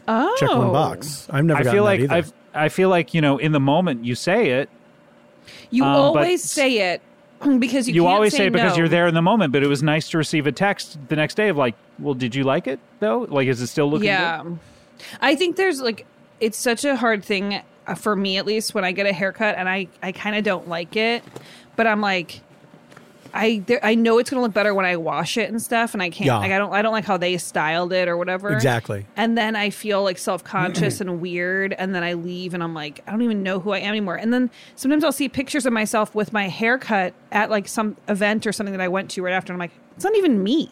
Speaker 1: Oh,
Speaker 2: Check one box. I've never
Speaker 3: I
Speaker 2: gotten
Speaker 3: feel like
Speaker 2: that either.
Speaker 3: I've I feel like you know in the moment you say it
Speaker 1: Oh. You
Speaker 3: Um, but
Speaker 1: always
Speaker 3: s-
Speaker 1: say it [clears throat] because you
Speaker 3: you
Speaker 1: can't
Speaker 3: always
Speaker 1: say,
Speaker 3: say it because
Speaker 1: no.
Speaker 3: you're there in the moment. But it was nice to receive a text the next day of like, well, did you like it though? Like, is it still looking?
Speaker 1: Yeah, I think there's like it's such a hard thing uh, for me at least when I get a haircut and I I kind of don't like it, but I'm like. I there, I know it's gonna look better when I wash it and stuff, and I can't.
Speaker 2: Yeah.
Speaker 1: Like I don't I don't like how they styled it or whatever.
Speaker 2: Exactly.
Speaker 1: And then I feel like self conscious and weird, and then I leave and I'm like I don't even know who I am anymore. And then sometimes I'll see pictures of myself with my haircut at like some event or something that I went to right after, and I'm like it's not even me.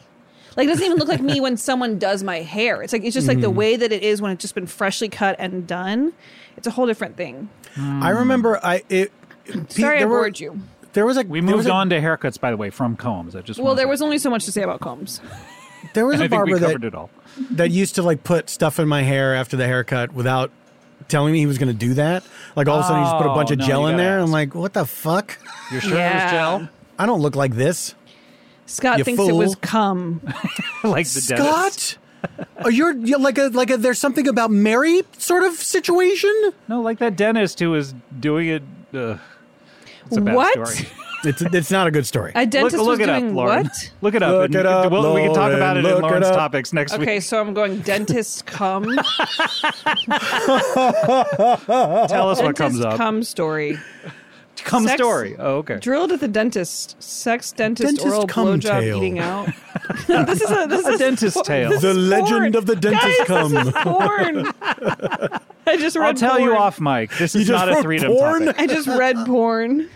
Speaker 1: Like it doesn't even look like me when someone does my hair. It's like it's just like the way that it is when it's just been freshly cut and done. It's a whole different thing.
Speaker 2: I remember I it.
Speaker 1: Sorry, I
Speaker 2: there were-
Speaker 1: bored you.
Speaker 2: There was like
Speaker 3: We
Speaker 2: there
Speaker 3: moved
Speaker 2: was a-
Speaker 3: on to haircuts, by the way, from combs. I just
Speaker 1: Well,
Speaker 3: wanna
Speaker 1: there
Speaker 3: say-
Speaker 1: was only so much to say about combs.
Speaker 2: There was
Speaker 3: And
Speaker 2: a
Speaker 3: I think we
Speaker 2: barber
Speaker 3: covered
Speaker 2: that,
Speaker 3: it all.
Speaker 2: that used to like put stuff in my hair after the haircut without telling me he was going to do that. Like all of a sudden, he just put a bunch
Speaker 3: Oh,
Speaker 2: of
Speaker 3: no,
Speaker 2: gel
Speaker 3: you
Speaker 2: in
Speaker 3: gotta
Speaker 2: there. I'm
Speaker 3: ask.
Speaker 2: like, what the fuck?
Speaker 3: You're sure [laughs]
Speaker 1: Yeah.
Speaker 3: it was
Speaker 2: I don't look like this,
Speaker 1: Scott
Speaker 2: You
Speaker 1: thinks it was
Speaker 2: fool.
Speaker 1: cum.
Speaker 3: gel? like the dentist.
Speaker 2: Scott. Oh, you're, you're like a like a there's something about Mary sort of situation.
Speaker 3: No, like that dentist who was doing it. Uh, it's a bad
Speaker 1: What? [laughs]
Speaker 3: story.
Speaker 2: It's it's not a good story.
Speaker 1: A dentist
Speaker 3: look, look
Speaker 1: was
Speaker 3: it
Speaker 1: doing
Speaker 3: up, Lauren.
Speaker 1: what?
Speaker 3: Look it up.
Speaker 2: Look
Speaker 3: and
Speaker 2: it up,
Speaker 3: we'll- we can talk
Speaker 2: Lauren.
Speaker 3: about it
Speaker 2: Look
Speaker 3: in
Speaker 2: it
Speaker 3: Lauren's
Speaker 2: up.
Speaker 3: topics next
Speaker 1: Okay,
Speaker 3: week.
Speaker 1: so I'm going dentist
Speaker 3: [laughs]
Speaker 1: cum.
Speaker 3: Tell us what
Speaker 1: dentist
Speaker 3: comes up.
Speaker 1: cum story.
Speaker 3: Come
Speaker 1: sex-
Speaker 3: story. Oh, okay.
Speaker 1: Drilled at the dentist. Sex dentist,
Speaker 2: Dentist
Speaker 1: oral
Speaker 2: cum
Speaker 1: blowjob
Speaker 2: tale.
Speaker 1: eating
Speaker 3: [laughs]
Speaker 1: out. this is a this is
Speaker 3: dentist
Speaker 1: [laughs]
Speaker 3: tale.
Speaker 1: This
Speaker 2: the
Speaker 1: is
Speaker 2: legend
Speaker 1: porn.
Speaker 2: of the dentist
Speaker 1: Guys,
Speaker 2: cum.
Speaker 1: This is
Speaker 3: [laughs]
Speaker 1: porn. I just read.
Speaker 3: I'll tell you
Speaker 1: porn.
Speaker 3: off, Mike. This
Speaker 2: You
Speaker 3: is
Speaker 2: just
Speaker 3: not a
Speaker 2: wrote
Speaker 3: freedom
Speaker 2: porn?
Speaker 3: topic.
Speaker 1: I just read
Speaker 3: [laughs]
Speaker 1: porn.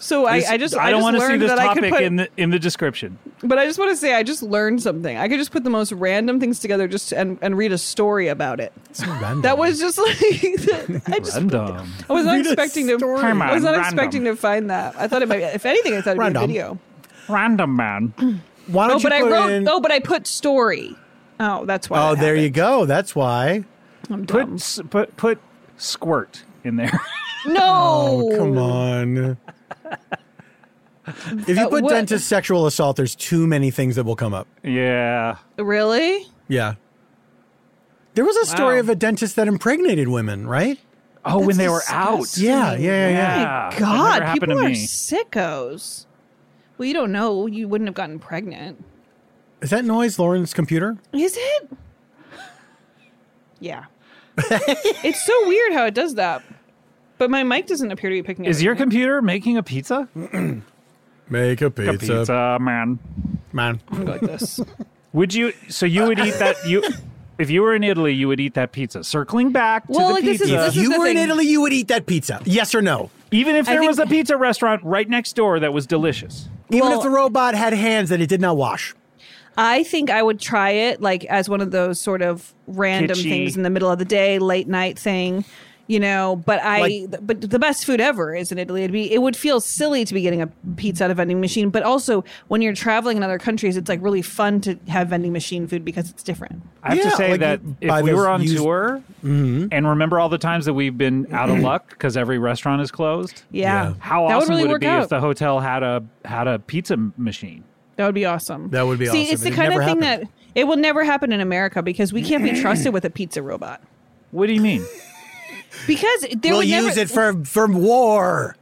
Speaker 1: So I, I just
Speaker 3: I don't
Speaker 1: want to
Speaker 3: see this
Speaker 1: that I could
Speaker 3: topic
Speaker 1: put,
Speaker 3: in the in the description.
Speaker 1: but I just want to say I just learned something. I could just put the most random things together just to- and and read a story about it. That was just like [laughs] I just
Speaker 3: Random.
Speaker 1: I was not
Speaker 2: Read a
Speaker 1: expecting to.
Speaker 2: story.
Speaker 3: Come
Speaker 1: I was
Speaker 3: on,
Speaker 1: not
Speaker 3: random.
Speaker 1: expecting to find that. I thought it might. Be, if anything, I thought it'd be a
Speaker 2: Random.
Speaker 1: video.
Speaker 3: Random man.
Speaker 2: Why don't
Speaker 1: Oh,
Speaker 2: you
Speaker 1: but I
Speaker 2: put
Speaker 1: wrote.
Speaker 2: in?
Speaker 1: Oh, but I put story. Oh, that's why.
Speaker 2: oh,
Speaker 1: that
Speaker 2: there you
Speaker 1: happened.
Speaker 2: go. That's why.
Speaker 1: I'm
Speaker 3: Put
Speaker 1: dumb.
Speaker 3: s- put put squirt in there. [laughs]
Speaker 1: No.
Speaker 2: Oh, Come on. If you
Speaker 1: Uh,
Speaker 2: put
Speaker 1: what-
Speaker 2: dentist sexual assault, there's too many things that will come up.
Speaker 3: yeah.
Speaker 1: Really?
Speaker 2: Yeah. There was a story
Speaker 1: Wow.
Speaker 2: of a dentist that impregnated women, right?
Speaker 3: Oh, when
Speaker 1: That's
Speaker 3: they were out.
Speaker 1: disgusting.
Speaker 2: Yeah, yeah, yeah, yeah.
Speaker 3: Yeah, that never
Speaker 1: God,
Speaker 3: happened
Speaker 1: people
Speaker 3: to
Speaker 1: are
Speaker 3: me.
Speaker 1: sickos. Well, you don't know. You wouldn't have gotten pregnant.
Speaker 2: Is that noise Lauren's computer?
Speaker 1: Is it? Yeah. it's so weird how it does that. But my mic doesn't appear to be picking up.
Speaker 3: Is your
Speaker 1: anything.
Speaker 3: computer making a pizza?
Speaker 2: Make a
Speaker 3: A pizza, man.
Speaker 2: Man.
Speaker 1: like
Speaker 3: [laughs]
Speaker 1: this?
Speaker 3: Would you? So you would eat that?
Speaker 1: [laughs]
Speaker 3: You, if you were in Italy, you would eat that pizza. Circling back to
Speaker 1: Well,
Speaker 3: the
Speaker 1: like, this
Speaker 3: pizza,
Speaker 1: is-
Speaker 2: If
Speaker 1: this is
Speaker 2: you
Speaker 1: the
Speaker 2: were in
Speaker 1: thing.
Speaker 2: Italy, you would eat that pizza. Yes or no?
Speaker 3: even if
Speaker 1: I
Speaker 3: there was a
Speaker 1: think-
Speaker 3: pizza restaurant right next door that was delicious.
Speaker 2: Even
Speaker 1: Well-
Speaker 2: if the robot had hands that it did not wash.
Speaker 1: I think I would try it like as one of those sort of random
Speaker 3: Kitschy.
Speaker 1: things in the middle of the day, late night thing, you know. But I,
Speaker 2: Like-
Speaker 1: but the best food ever is in Italy. It'd be, it would feel silly to be getting a pizza out of a vending machine. But also, when you're traveling in other countries, it's like really fun to have vending machine food because it's different.
Speaker 3: I have
Speaker 2: Yeah,
Speaker 3: to say
Speaker 2: like
Speaker 3: that
Speaker 2: you buy
Speaker 3: if we
Speaker 2: those
Speaker 3: were on
Speaker 2: used-
Speaker 3: tour,
Speaker 1: Mm-hmm.
Speaker 3: and remember all the times that we've been out of luck because every restaurant is closed.
Speaker 1: Yeah,
Speaker 3: How
Speaker 1: Mm-hmm. that
Speaker 3: awesome
Speaker 1: would really
Speaker 3: it
Speaker 1: work
Speaker 3: be
Speaker 1: out.
Speaker 3: if the hotel had a had a pizza machine?
Speaker 1: That would be awesome.
Speaker 2: That would be
Speaker 1: See,
Speaker 2: awesome,
Speaker 1: it's the
Speaker 2: and it
Speaker 1: kind of
Speaker 2: never
Speaker 1: thing
Speaker 2: happened.
Speaker 1: that it will never happen in America because we can't
Speaker 2: [clears throat]
Speaker 1: be trusted with a pizza robot.
Speaker 3: What do
Speaker 1: [laughs]
Speaker 3: you mean?
Speaker 1: Because they
Speaker 2: we'll
Speaker 1: would never,
Speaker 2: use it for, for war.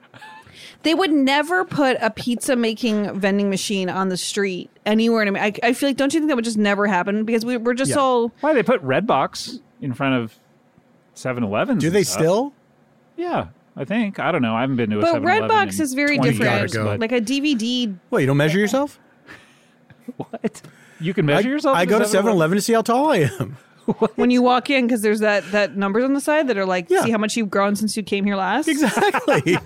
Speaker 1: They would never put a pizza making vending machine on the street anywhere in America. I, I feel like, don't you think that would just never happen? Because we, we're just
Speaker 2: Yeah.
Speaker 1: all.
Speaker 3: Why they put Redbox in front of 7-Elevens?
Speaker 2: Do
Speaker 3: and
Speaker 2: they
Speaker 3: stuff.
Speaker 2: still?
Speaker 3: Yeah, I think. I don't know. I haven't been to a
Speaker 1: But
Speaker 3: 7-Eleven
Speaker 1: Redbox
Speaker 3: in
Speaker 1: is very
Speaker 3: 20
Speaker 1: different.
Speaker 3: years, but-
Speaker 1: Like a DVD.
Speaker 2: Well, you don't measure yourself?
Speaker 3: what? You can measure
Speaker 2: I,
Speaker 3: yourself.
Speaker 2: I
Speaker 3: in
Speaker 2: go to 7
Speaker 3: 7-Eleven?
Speaker 2: Eleven to see how tall I am.
Speaker 1: When you walk in, because there's that that numbers on the side that are like,
Speaker 2: Yeah.
Speaker 1: see how much you've grown since you came here last.
Speaker 2: Exactly.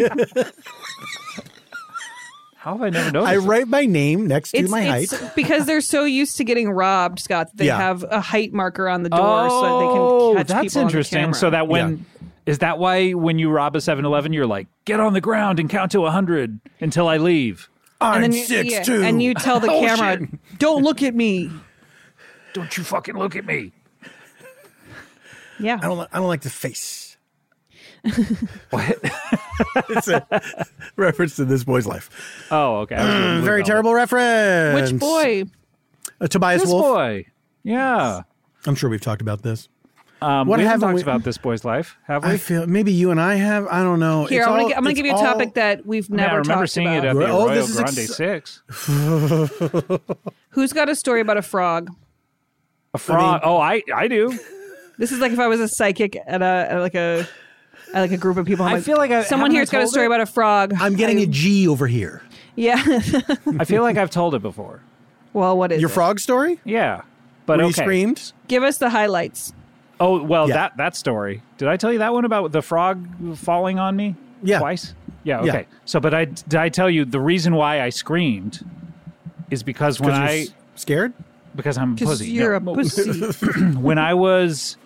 Speaker 3: How have I never noticed?
Speaker 2: [laughs] I
Speaker 3: that?
Speaker 2: write my name next to my height. [laughs]
Speaker 1: because they're so used to getting robbed, Scott. That they
Speaker 2: Yeah.
Speaker 1: have a height marker on the door so
Speaker 3: Oh,
Speaker 1: that they can catch
Speaker 3: that's
Speaker 1: people on the
Speaker 3: interesting.
Speaker 1: camera.
Speaker 3: so that when is that why when you rob a 7-Eleven, you're like, get on the ground and count to hundred until I leave.
Speaker 2: I'm
Speaker 1: then you- yeah, and you tell
Speaker 2: [laughs]
Speaker 1: the
Speaker 3: Oh,
Speaker 1: camera, "Don't look at me."
Speaker 3: Don't you fucking look at me.
Speaker 1: Yeah,
Speaker 2: I don't. li- I don't like the face. what? it's a [laughs] reference to this boy's life.
Speaker 3: [laughs] Oh, okay. I
Speaker 2: [clears throat]
Speaker 3: was gonna move
Speaker 2: Mm, Very
Speaker 3: on.
Speaker 2: terrible reference.
Speaker 1: which boy?
Speaker 2: Uh, Tobias
Speaker 3: This
Speaker 2: Wolf.
Speaker 3: boy. Yeah.
Speaker 2: I'm sure we've talked about this.
Speaker 3: Um,
Speaker 2: What
Speaker 3: we haven't
Speaker 2: haven't
Speaker 3: talked
Speaker 2: we-
Speaker 3: about this boy's life, have we?
Speaker 2: I feel maybe you and I have. I don't know.
Speaker 1: Here,
Speaker 2: It's
Speaker 1: I'm gonna,
Speaker 2: all-
Speaker 1: gi- I'm gonna
Speaker 2: it's
Speaker 1: give you a
Speaker 2: all-
Speaker 1: topic that we've
Speaker 3: Man,
Speaker 1: never
Speaker 3: I remember
Speaker 1: talked
Speaker 3: seeing
Speaker 1: about.
Speaker 3: it at the
Speaker 2: Oh,
Speaker 3: Royal
Speaker 2: this is
Speaker 3: Grande
Speaker 2: ex-
Speaker 3: Six.
Speaker 1: Who's got a story about a frog?
Speaker 3: A frog. oh, I I do.
Speaker 1: This is like if I was a psychic at a at like a at like a group of people. I'm
Speaker 3: I feel like I-
Speaker 1: someone
Speaker 3: haven't I
Speaker 1: here's got a
Speaker 3: told
Speaker 1: story
Speaker 3: it?
Speaker 1: about a frog.
Speaker 2: I'm getting a G over here.
Speaker 1: yeah. [laughs]
Speaker 3: I feel like I've told it before.
Speaker 1: well, what is
Speaker 2: Your
Speaker 1: it?
Speaker 2: frog story?
Speaker 3: Yeah. But
Speaker 2: Where
Speaker 3: okay.
Speaker 2: you screamed.
Speaker 1: Give us the highlights.
Speaker 3: Oh well,
Speaker 2: Yeah.
Speaker 3: that that story. Did I tell you that one about the frog falling on me?
Speaker 2: Yeah.
Speaker 3: Twice. Yeah.
Speaker 2: Yeah.
Speaker 3: Okay. So, but I did I tell you the reason why I screamed is because when
Speaker 2: 'Cause you're
Speaker 3: I
Speaker 2: s- scared.
Speaker 3: because I'm
Speaker 1: Because
Speaker 3: pussy.
Speaker 1: you're
Speaker 3: No.
Speaker 1: a pussy.
Speaker 2: [laughs]
Speaker 3: when I was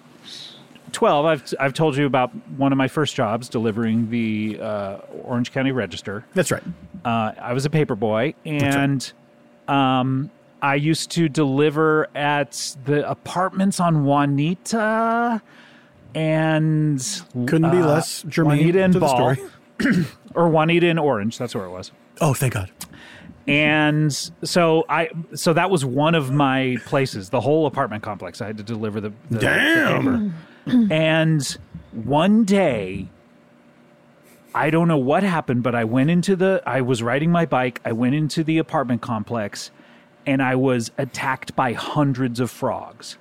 Speaker 3: 12, I've, I've told you about one of my first jobs delivering the uh, Orange County Register.
Speaker 2: That's right.
Speaker 3: Uh, I was a paper boy, and um, I used to deliver at the apartments on Juanita and
Speaker 2: Couldn't be
Speaker 3: uh,
Speaker 2: less germane
Speaker 3: Juanita and
Speaker 2: to the
Speaker 3: Ball, [coughs]
Speaker 2: story.
Speaker 3: or Juanita and Orange. That's where it was.
Speaker 2: Oh, thank God.
Speaker 3: and so I so that was one of my places. The whole apartment complex. I had to deliver the, the the
Speaker 2: Damn.
Speaker 3: paper. and one day, I don't know what happened, but I went into the. I was riding my bike. I went into the apartment complex, and I was attacked by hundreds of frogs.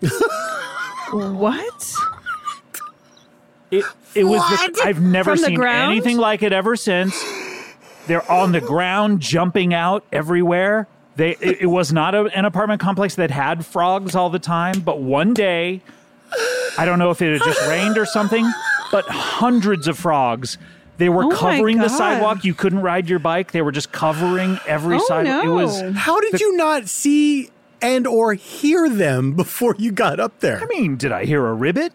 Speaker 1: What?
Speaker 3: It it was the,
Speaker 6: What?
Speaker 3: I've never
Speaker 1: From the
Speaker 3: seen
Speaker 1: ground?
Speaker 3: anything like it ever since. They're on the ground, jumping out everywhere. They it, it was not a, an apartment complex that had frogs all the time, but one day, I don't know if it had just rained or something, but hundreds of frogs. They were
Speaker 1: Oh my
Speaker 3: covering the
Speaker 1: God.
Speaker 3: sidewalk. You couldn't ride your bike. They were just covering every
Speaker 1: Oh,
Speaker 3: sidewalk. It was
Speaker 1: no.
Speaker 2: How did you not see and or hear them before you got up there?
Speaker 3: I mean, did I hear a ribbit?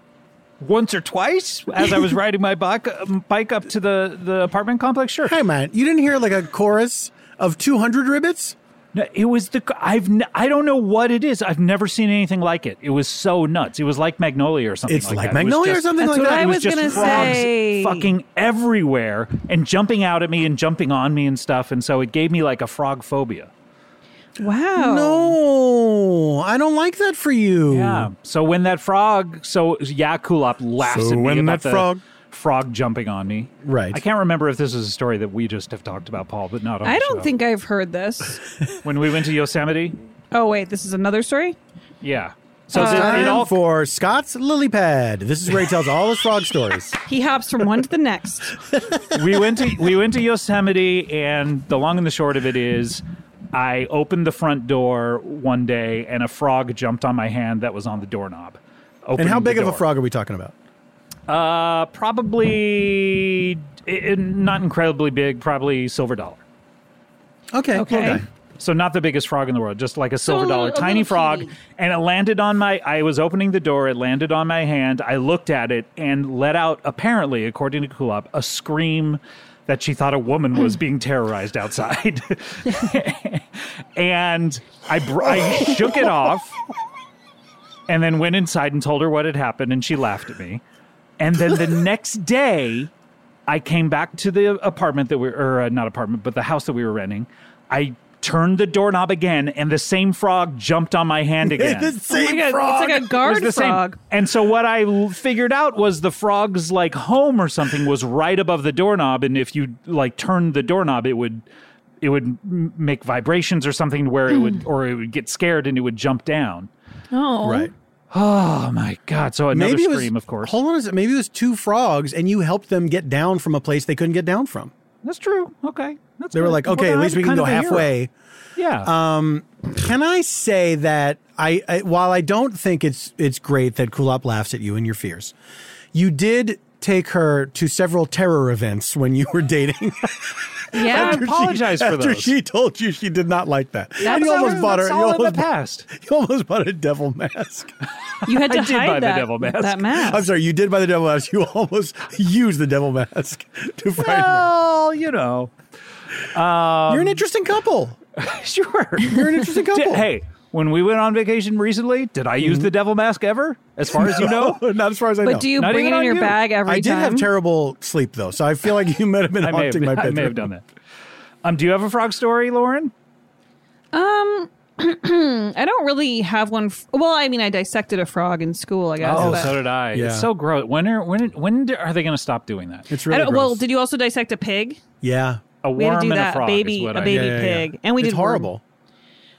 Speaker 3: Once or twice
Speaker 1: [laughs]
Speaker 3: as I was riding my bike, uh, bike up to the, the apartment complex? Sure.
Speaker 2: hey man, you didn't hear like a chorus of 200 ribbits?
Speaker 3: No, it was the I've n- I don't know what it is. I've never seen anything like it. It was so nuts. It was like Magnolia or something.
Speaker 2: It's
Speaker 3: like,
Speaker 2: like
Speaker 3: that. It was
Speaker 2: Magnolia or
Speaker 3: just-
Speaker 2: something
Speaker 1: That's
Speaker 2: like
Speaker 1: what
Speaker 2: that.
Speaker 1: I
Speaker 3: It was
Speaker 1: was
Speaker 3: just
Speaker 1: gonna
Speaker 3: frogs
Speaker 1: say.
Speaker 3: fucking everywhere and jumping out at me and jumping on me and stuff. And so it gave me like a frog phobia. Oh.
Speaker 1: Wow.
Speaker 2: No, I don't like that for you.
Speaker 3: Yeah. So when that frog, so Yakulop laughs
Speaker 2: So
Speaker 3: at me
Speaker 2: when
Speaker 3: about
Speaker 2: that
Speaker 3: the
Speaker 2: frog-
Speaker 3: frog jumping on me.
Speaker 2: Right.
Speaker 3: I can't remember if this is a story that we just have talked about, Paul, but not. On
Speaker 1: I
Speaker 3: the
Speaker 1: don't
Speaker 3: show.
Speaker 1: think I've heard this.
Speaker 3: when we went to Yosemite.
Speaker 1: Oh wait, this is another story.
Speaker 3: Yeah. So
Speaker 2: It's
Speaker 3: it-
Speaker 1: Uh,
Speaker 2: time
Speaker 3: it all
Speaker 2: for Scott's lily pad. This is where he tells all his frog
Speaker 3: [laughs]
Speaker 2: stories.
Speaker 1: He hops from one to the next.
Speaker 3: we went to we went to Yosemite, and the long and the short of it is, I opened the front door one day, and a frog jumped on my hand that was on the doorknob.
Speaker 2: And how
Speaker 3: opening the
Speaker 2: big of a
Speaker 3: door.
Speaker 2: frog are we talking about?
Speaker 3: Uh, probably i- i- not incredibly big. Probably silver dollar.
Speaker 2: Okay.
Speaker 1: Okay.
Speaker 3: So not the biggest frog in the world, just like a silver
Speaker 6: a little-
Speaker 3: dollar,
Speaker 6: a
Speaker 3: tiny
Speaker 6: little
Speaker 3: frog.
Speaker 6: kitty.
Speaker 3: And it landed on my. I was opening the door. It landed on my hand. I looked at it and let out, apparently, according to Kulop, a scream that she thought a woman
Speaker 6: [clears throat]
Speaker 3: was being terrorized outside. [laughs] and I, br- I shook it off, and then went inside and told her what had happened, and she laughed at me. And then the next day, I came back to the apartment that we or uh, not apartment, but the house that we were renting. I turned the doorknob again, and the same frog jumped on my hand again.
Speaker 2: the
Speaker 3: It
Speaker 2: same
Speaker 1: Like a-
Speaker 2: frog.
Speaker 1: It's like a
Speaker 3: was
Speaker 1: guard
Speaker 3: the same.
Speaker 1: frog.
Speaker 3: And so what I l- figured out was the frog's like home or something was right above the doorknob, and if you like turned the doorknob, it would it would m- make vibrations or something where it would or it would get scared and it would jump down.
Speaker 1: Oh,
Speaker 2: right.
Speaker 3: Oh my god! So another
Speaker 2: Maybe it was,
Speaker 3: scream, of course.
Speaker 2: Hold on a second. Maybe it was two frogs and you helped them get down from a place they couldn't get down from.
Speaker 3: That's true. Okay. That's
Speaker 2: They were
Speaker 3: good.
Speaker 2: like,
Speaker 3: Well,
Speaker 2: okay,
Speaker 3: then
Speaker 2: at least we
Speaker 3: I'm
Speaker 2: can
Speaker 3: kind
Speaker 2: go
Speaker 3: of a hero.
Speaker 2: halfway. Uh,
Speaker 3: Yeah.
Speaker 2: Can I say that I, I while I don't think it's it's great that Kulop laughs at you and your fears, you did take her to several terror events when you were
Speaker 3: [laughs]
Speaker 2: dating.
Speaker 1: Yeah.
Speaker 3: I apologize
Speaker 2: after
Speaker 3: for those.
Speaker 2: she told you she did not like that.
Speaker 3: That
Speaker 2: and you
Speaker 3: was
Speaker 2: almost
Speaker 3: all-
Speaker 2: bought her
Speaker 3: that's
Speaker 2: you
Speaker 3: all in the
Speaker 2: almost, bought-
Speaker 3: past.
Speaker 2: [laughs] you almost bought a devil mask.
Speaker 1: You had to
Speaker 3: [laughs] I did
Speaker 1: hide
Speaker 3: buy the
Speaker 1: that,
Speaker 3: devil mask.
Speaker 1: That mask.
Speaker 3: [laughs]
Speaker 2: I'm sorry, you did buy the devil mask. You almost [laughs] used the devil mask to frighten her.
Speaker 3: Well, you know, [laughs]
Speaker 2: You're an interesting couple.
Speaker 3: sure.
Speaker 2: You're an
Speaker 3: [laughs]
Speaker 2: interesting couple. Mm-hmm.
Speaker 3: Did- hey, when we went on vacation recently, did I use the devil mask ever? As far
Speaker 2: [laughs]
Speaker 3: as you know,
Speaker 2: not as far as I know.
Speaker 1: But do you
Speaker 3: Not
Speaker 1: bring it
Speaker 3: even
Speaker 1: in
Speaker 3: on
Speaker 1: your
Speaker 3: you.
Speaker 1: bag every
Speaker 2: I did
Speaker 1: time?
Speaker 2: have terrible sleep though, so I feel like you might have been
Speaker 3: [laughs] I may,
Speaker 2: haunting
Speaker 3: have,
Speaker 2: my
Speaker 3: I
Speaker 2: bedroom.
Speaker 3: may have done that. Um, do you have a frog story, Lauren?
Speaker 1: Um, I don't really have one. F- well, I mean, I dissected a frog in school, I guess. but-
Speaker 3: did I.
Speaker 2: Oh, Yeah.
Speaker 3: It's Oh, so gross. When are when when do, are they going to stop doing that?
Speaker 2: It's
Speaker 1: I
Speaker 2: really
Speaker 1: don't, well,
Speaker 2: gross.
Speaker 1: did you also dissect a pig?
Speaker 2: yeah.
Speaker 3: A
Speaker 1: We had
Speaker 3: worm
Speaker 1: to do
Speaker 3: and
Speaker 1: that.
Speaker 3: a frog
Speaker 1: baby,
Speaker 3: is what
Speaker 1: a
Speaker 3: I
Speaker 1: baby
Speaker 2: Yeah, yeah,
Speaker 1: pig,
Speaker 2: yeah.
Speaker 1: and we
Speaker 2: it's
Speaker 1: did worm.
Speaker 2: horrible.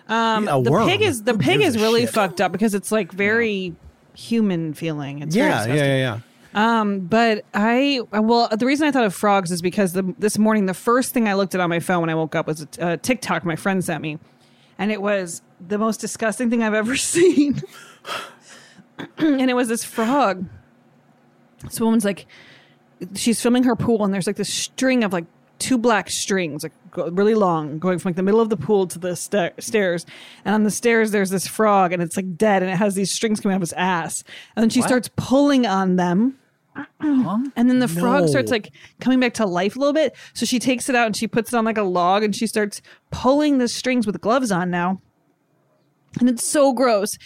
Speaker 2: Um,
Speaker 1: the pig is the pig is really fucked up because it's like very human feeling. It's very
Speaker 2: Yeah, yeah,
Speaker 1: disgusting.
Speaker 2: yeah, yeah.
Speaker 1: But I well, the reason I thought of frogs is because the, this morning the first thing I looked at on my phone when I woke up was a, a TikTok my friend sent me, and it was the most disgusting thing I've ever [laughs] seen. and it was this frog. This woman's like, she's filming her pool, and there's like this string of like two black strings, like go, really long, going from like the middle of the pool to the sta- stairs. And on the stairs, there's this frog, and it's like dead, and it has these strings coming out of its ass. And then she starts pulling on them. And then the frog starts like coming back to life a little bit. So she takes it out and she puts it on like a log and she starts pulling the strings with gloves on now. And it's so gross.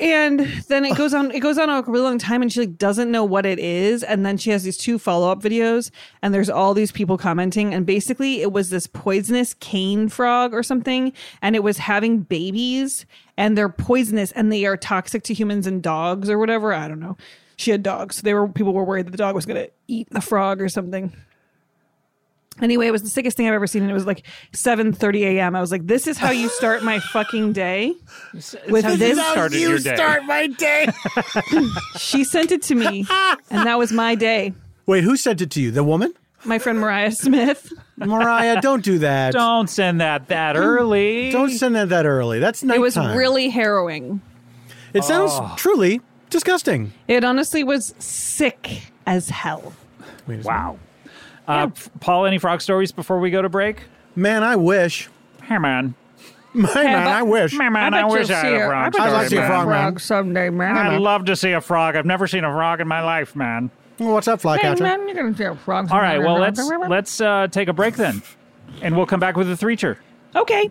Speaker 1: And then it goes on. It goes on a really long time, and she like doesn't know what it is. And then she has these two follow up videos, and there's all these people commenting. And basically, it was this poisonous cane frog or something, and it was having babies, and they're poisonous, and they are toxic to humans and dogs or whatever. I don't know. She had dogs, so they were people were worried that the dog was going to eat the frog or something. Anyway, it was the sickest thing I've ever seen, and it was like 7:30 a.m. I was like, "This is how you start my fucking day." With
Speaker 3: how you
Speaker 1: this,
Speaker 3: started your day.
Speaker 2: my day.
Speaker 1: she sent it to me, and that was my day.
Speaker 2: [laughs] Wait, who sent it to you? The woman?
Speaker 1: My friend Mariah Smith.
Speaker 2: Mariah, don't do that.
Speaker 3: Don't send that that early.
Speaker 2: Hmm. Don't send that that early. That's nighttime.
Speaker 1: It was really harrowing.
Speaker 2: It sounds
Speaker 3: Ah.
Speaker 2: truly disgusting.
Speaker 1: It honestly was sick as hell.
Speaker 2: Wait a
Speaker 3: Wow. Uh, f- Paul, any frog stories before we go to break?
Speaker 2: second. Man, I wish. [laughs]
Speaker 3: Hey, man.
Speaker 2: Man,
Speaker 1: but-
Speaker 2: I wish.
Speaker 1: [laughs]
Speaker 3: Hey, man, I,
Speaker 1: bet
Speaker 3: wish
Speaker 1: you'll
Speaker 3: I had
Speaker 1: see
Speaker 3: a
Speaker 1: her. I
Speaker 3: frog
Speaker 1: bet
Speaker 3: story,
Speaker 2: I'd like to see a
Speaker 3: man.
Speaker 2: frog, man.
Speaker 1: someday, man.
Speaker 3: I'd love to see a frog. I've never seen a frog in my life, man.
Speaker 2: Well, What's up, Flycatcher?
Speaker 1: you're gonna see a frog.
Speaker 3: All right, well [laughs] let's let's uh, take a break then, and we'll come back with a threecher.
Speaker 1: Okay.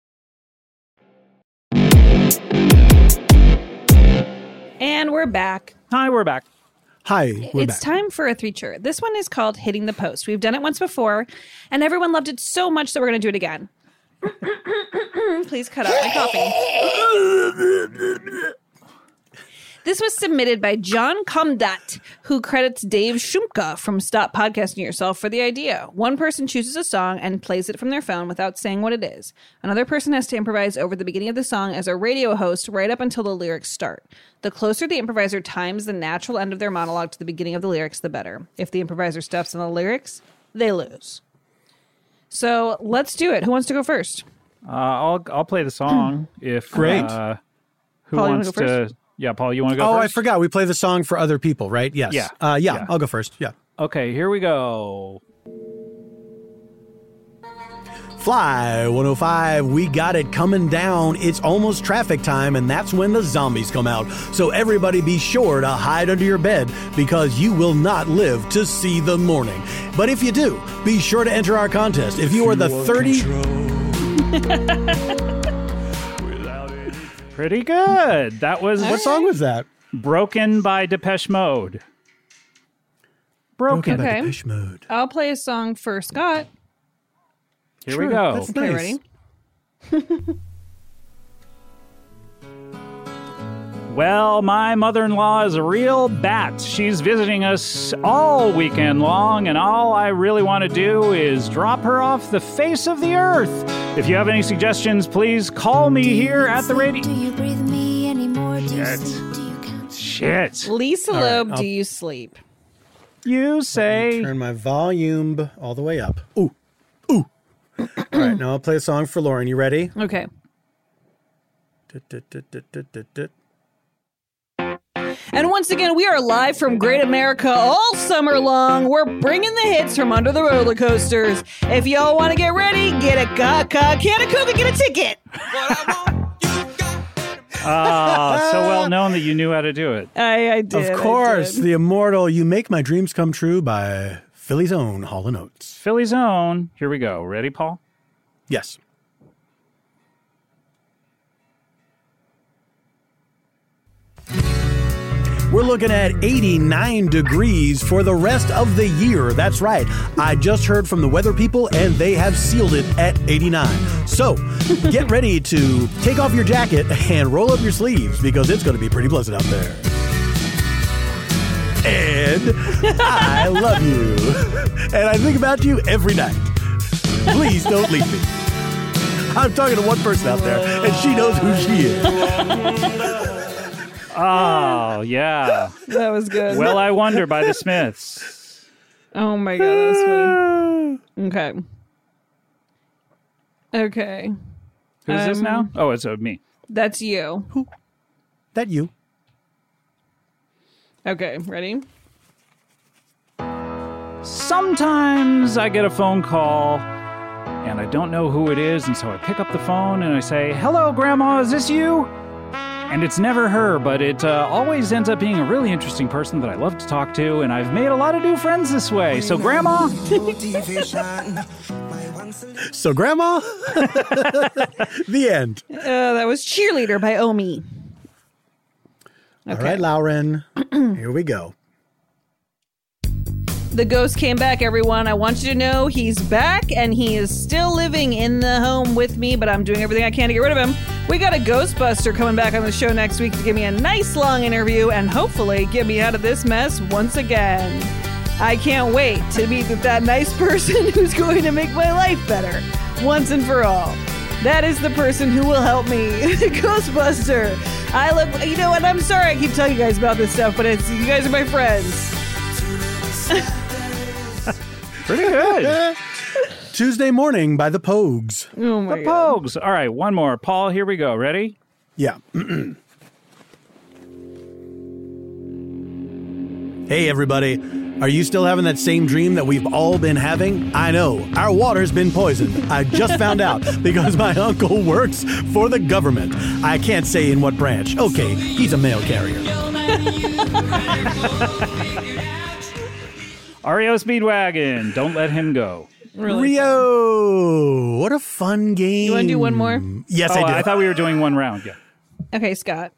Speaker 1: And we're back.
Speaker 3: Hi, we're back.
Speaker 2: Hi, we're
Speaker 1: it's
Speaker 2: back.
Speaker 1: time for a feature. This one is called Hitting the Post. We've done it once before, and everyone loved it so much that we're going to do it again. [coughs] Please cut out my coughing. This was submitted by John Comdat, who credits Dave Shumka from Stop Podcasting Yourself for the idea. One person chooses a song and plays it from their phone without saying what it is. Another person has to improvise over the beginning of the song as a radio host right up until the lyrics start. The closer the improviser times the natural end of their monologue to the beginning of the lyrics, the better. If the improviser steps on the lyrics, they lose. So let's do it. Who wants to go first?
Speaker 3: Uh, I'll I'll play the [clears throat] song if
Speaker 2: Great.
Speaker 3: Uh, who
Speaker 1: Paul, you wanna
Speaker 3: wants
Speaker 1: go first?
Speaker 3: to? Yeah, Paul, you want to go?
Speaker 2: Oh, I
Speaker 3: first?
Speaker 2: forgot. We play the song for other people, right? Yes.
Speaker 3: Yeah.
Speaker 2: Uh, yeah,
Speaker 3: Yeah.
Speaker 2: I'll go first. Yeah.
Speaker 3: Okay, here we go.
Speaker 2: Fly 105, we got it coming down. It's almost traffic time, and that's when the zombies come out. So everybody be sure to hide under your bed because you will not live to see the morning. But if you do, be sure to enter our contest. If you are the 30.
Speaker 3: Pretty good. That was
Speaker 2: What song was that?
Speaker 3: Broken by Depeche Mode. Broken.
Speaker 2: Broken by
Speaker 1: Okay.
Speaker 2: Depeche Mode.
Speaker 1: I'll play a song for Scott.
Speaker 3: Here
Speaker 2: Sure,
Speaker 3: we go.
Speaker 2: that's
Speaker 1: Okay,
Speaker 2: nice.
Speaker 1: ready?
Speaker 3: Well, my mother in law is a real bat. She's visiting us all weekend long, and all I really want to do is drop her off the face of the earth. If you have any suggestions, please call me here at the radio.
Speaker 7: you breathe me anymore? Do you
Speaker 3: Shit.
Speaker 7: sleep? Do you count?
Speaker 3: Shit.
Speaker 1: Lisa Loeb, do you sleep?
Speaker 3: You say.
Speaker 2: Turn my volume b- all the way up. Ooh, ooh. [clears throat] all right, now I'll play a song for Lauren. You ready?
Speaker 1: Okay.
Speaker 2: Dut, dut, dut, dut, dut, dut, dut.
Speaker 1: And once again, we are live from Great America all summer long. We're bringing the hits from under the roller coasters. If y'all want to get ready, get a caca, get a cuca, get a ticket.
Speaker 3: Ah, so well known that you knew how to do it.
Speaker 1: I, I did.
Speaker 2: Of course, the immortal "You Make My Dreams Come True" by Philly's own Hall and Oates.
Speaker 3: Philly's own. Here we go. Ready, Paul?
Speaker 2: Yes. We're looking at 89 degrees for the rest of the year. That's right. I just heard from the weather people and they have sealed it at 89. So get ready to take off your jacket and roll up your sleeves because it's going to be pretty pleasant out there. And I love you. And I think about you every night. Please don't leave me. I'm talking to one person out there, and she knows who she is.
Speaker 3: Oh, yeah.
Speaker 1: That was good.
Speaker 3: Well, I Wonder by the Smiths.
Speaker 1: Oh my god, that was
Speaker 2: [sighs]
Speaker 1: funny. Okay. Okay.
Speaker 3: Who's this
Speaker 1: Um,
Speaker 3: now? Oh, it's uh, me.
Speaker 1: That's you.
Speaker 2: Who? [laughs] That you.
Speaker 1: Okay, ready?
Speaker 3: Sometimes I get a phone call and I don't know who it is, and so I pick up the phone and I say, Hello, Grandma, is this you? And it's never her, but it uh, always ends up being a really interesting person that I love to talk to, and I've made a lot of new friends this way. So, Grandma?
Speaker 2: So, Grandma? [laughs] the end.
Speaker 1: Uh, that was Cheerleader by Omi.
Speaker 2: All right, [clears throat] Lauren. Here we go.
Speaker 1: The ghost came back, everyone. I want you to know he's back and he is still living in the home with me, but I'm doing everything I can to get rid of him. We got a Ghostbuster coming back on the show next week to give me a nice long interview and hopefully get me out of this mess once again. I can't wait to meet with that nice [laughs] person who's going to make my life better once and for all. That is the person who will help me, [laughs] Ghostbuster. I love, you know what? I'm sorry I keep telling you guys about this stuff, but it's you guys are my friends.
Speaker 3: Pretty good.
Speaker 2: Tuesday morning by the Pogues.
Speaker 1: [laughs] Oh my
Speaker 3: the Pogues. All right, one more. Paul, here we go. Ready?
Speaker 2: Yeah. [clears throat] hey, everybody. Are you still having that same dream that we've all been having? I know. Our water's been poisoned. I just found [laughs] out because my uncle works for the government. I can't say in what branch. Okay, he's a mail carrier.
Speaker 3: Ario Speedwagon. Don't let him go.
Speaker 2: Rio! What a fun game.
Speaker 1: You wanna do one more?
Speaker 2: Yes,
Speaker 3: Oh,
Speaker 2: I do.
Speaker 3: I thought we were doing one round. Yeah.
Speaker 1: Okay, Scott.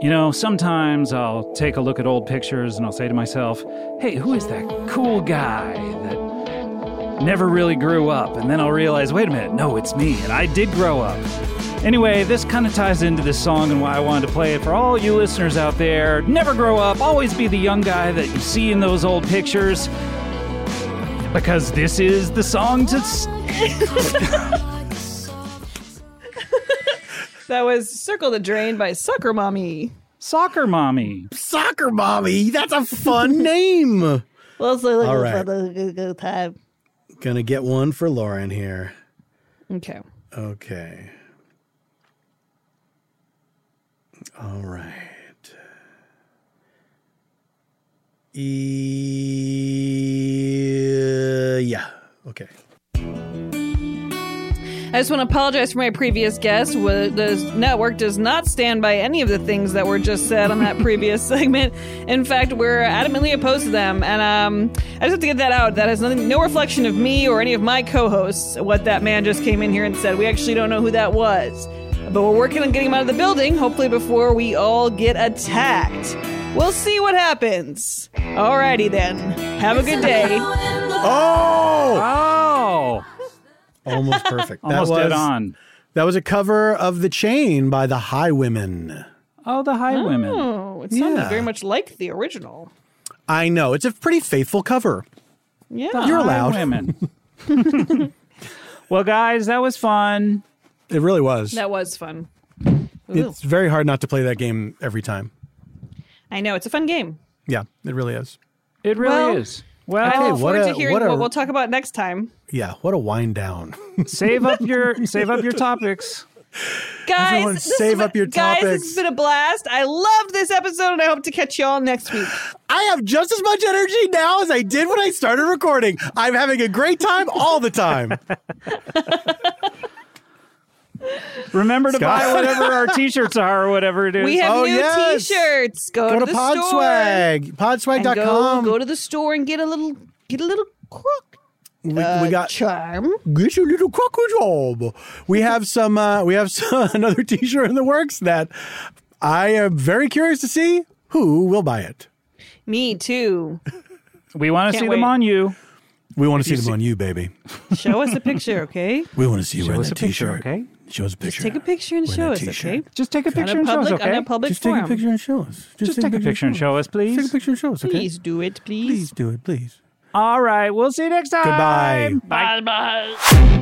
Speaker 3: You know, sometimes I'll take a look at old pictures and I'll say to myself, hey, who is that cool guy that never really grew up? And then I'll realize, wait a minute, no, it's me, and I did grow up. Anyway, this kind of ties into this song and why I wanted to play it for all you listeners out there. Never grow up, always be the young guy that you see in those old pictures. Because this is the song to. s-
Speaker 1: That was Circle the Drain by Sucker Mommy.
Speaker 3: Soccer Mommy.
Speaker 2: Soccer Mommy. That's a fun name.
Speaker 1: Well, so
Speaker 2: All right.
Speaker 1: good, good time.
Speaker 2: Gonna get one for Lauren here.
Speaker 1: Okay.
Speaker 2: Okay. All right. E- yeah. Okay.
Speaker 1: I just want to apologize for my previous guest. Wa- The network does not stand by any of the things that were just said on that previous [laughs] segment. In fact, we're adamantly opposed to them, and um, I just have to get that out. That has nothing, no reflection of me or any of my co-hosts. What that man just came in here and said, we actually don't know who that was, but we're working on getting him out of the building. Hopefully, before we all get attacked. We'll see what happens. Alrighty then. Have a good day.
Speaker 3: [laughs]
Speaker 2: Oh!
Speaker 3: Oh!
Speaker 2: Almost perfect.
Speaker 3: Almost
Speaker 2: that was,
Speaker 3: dead on.
Speaker 2: That was a cover of The Chain by the High Women.
Speaker 3: Oh, the High Women.
Speaker 1: Oh, it sounded
Speaker 2: Yeah.
Speaker 1: very much like the original.
Speaker 2: I know. It's a pretty faithful cover.
Speaker 1: Yeah.
Speaker 3: The
Speaker 2: You're
Speaker 3: High
Speaker 2: allowed.
Speaker 3: Women. [laughs] well, guys, that was fun.
Speaker 2: It really was.
Speaker 1: That was fun. Ooh.
Speaker 2: It's very hard not to play that game every time.
Speaker 1: I know it's a fun game.
Speaker 2: Yeah, it really is.
Speaker 3: It really
Speaker 1: Well,
Speaker 3: is.
Speaker 1: I
Speaker 3: Well,
Speaker 1: look
Speaker 2: Hey, what
Speaker 1: forward
Speaker 2: a-
Speaker 1: to hearing
Speaker 2: what
Speaker 1: what,
Speaker 2: a-
Speaker 1: we'll talk about next time,
Speaker 2: Yeah, what a wind down.
Speaker 3: save up your save up your topics.
Speaker 1: guys.
Speaker 2: Everyone
Speaker 1: this has
Speaker 2: save
Speaker 1: been-
Speaker 2: up your
Speaker 1: guys, This
Speaker 2: topics.
Speaker 1: has been a blast. I loved this episode, and I hope to catch you all next week.
Speaker 2: I have just as much energy now as I did when I started recording. I'm having a great time all the
Speaker 1: [laughs]
Speaker 2: time.
Speaker 3: Remember to
Speaker 2: Scott.
Speaker 3: buy whatever [laughs] our t-shirts are or whatever it is.
Speaker 1: We have
Speaker 2: Oh,
Speaker 1: new
Speaker 2: yes.
Speaker 1: T-shirts. Go,
Speaker 2: Go to
Speaker 1: the store.
Speaker 2: Podswag,
Speaker 1: And go,
Speaker 2: podswag.com.
Speaker 1: go to the store and get a little get a little crook.
Speaker 2: We,
Speaker 8: Uh,
Speaker 2: we got
Speaker 8: charm.
Speaker 2: Get your little cockle job. We have some. Uh, we have [laughs] some, another T-shirt in the works that I am very curious to see who will buy it.
Speaker 8: Me too.
Speaker 3: We want
Speaker 8: Can't see them wait. on
Speaker 3: you.
Speaker 2: We want to see them on you, baby.
Speaker 8: Show us a picture, okay?
Speaker 2: We want to see you
Speaker 3: Show
Speaker 2: wearing
Speaker 3: us
Speaker 2: that
Speaker 3: a picture,
Speaker 2: T-shirt. Okay. Show us a picture.
Speaker 8: Take a picture and show us, okay?
Speaker 3: Just take a picture
Speaker 8: on a
Speaker 3: and show us,
Speaker 8: public,
Speaker 3: okay?
Speaker 8: On a public
Speaker 2: Just take
Speaker 8: forum.
Speaker 2: a picture and show us.
Speaker 3: Just take a picture and show us, please.
Speaker 2: Take a picture and show us. Okay.
Speaker 8: Please do it, please.
Speaker 2: Please do it, please.
Speaker 3: All right. We'll see you next time.
Speaker 2: Goodbye.
Speaker 3: Bye.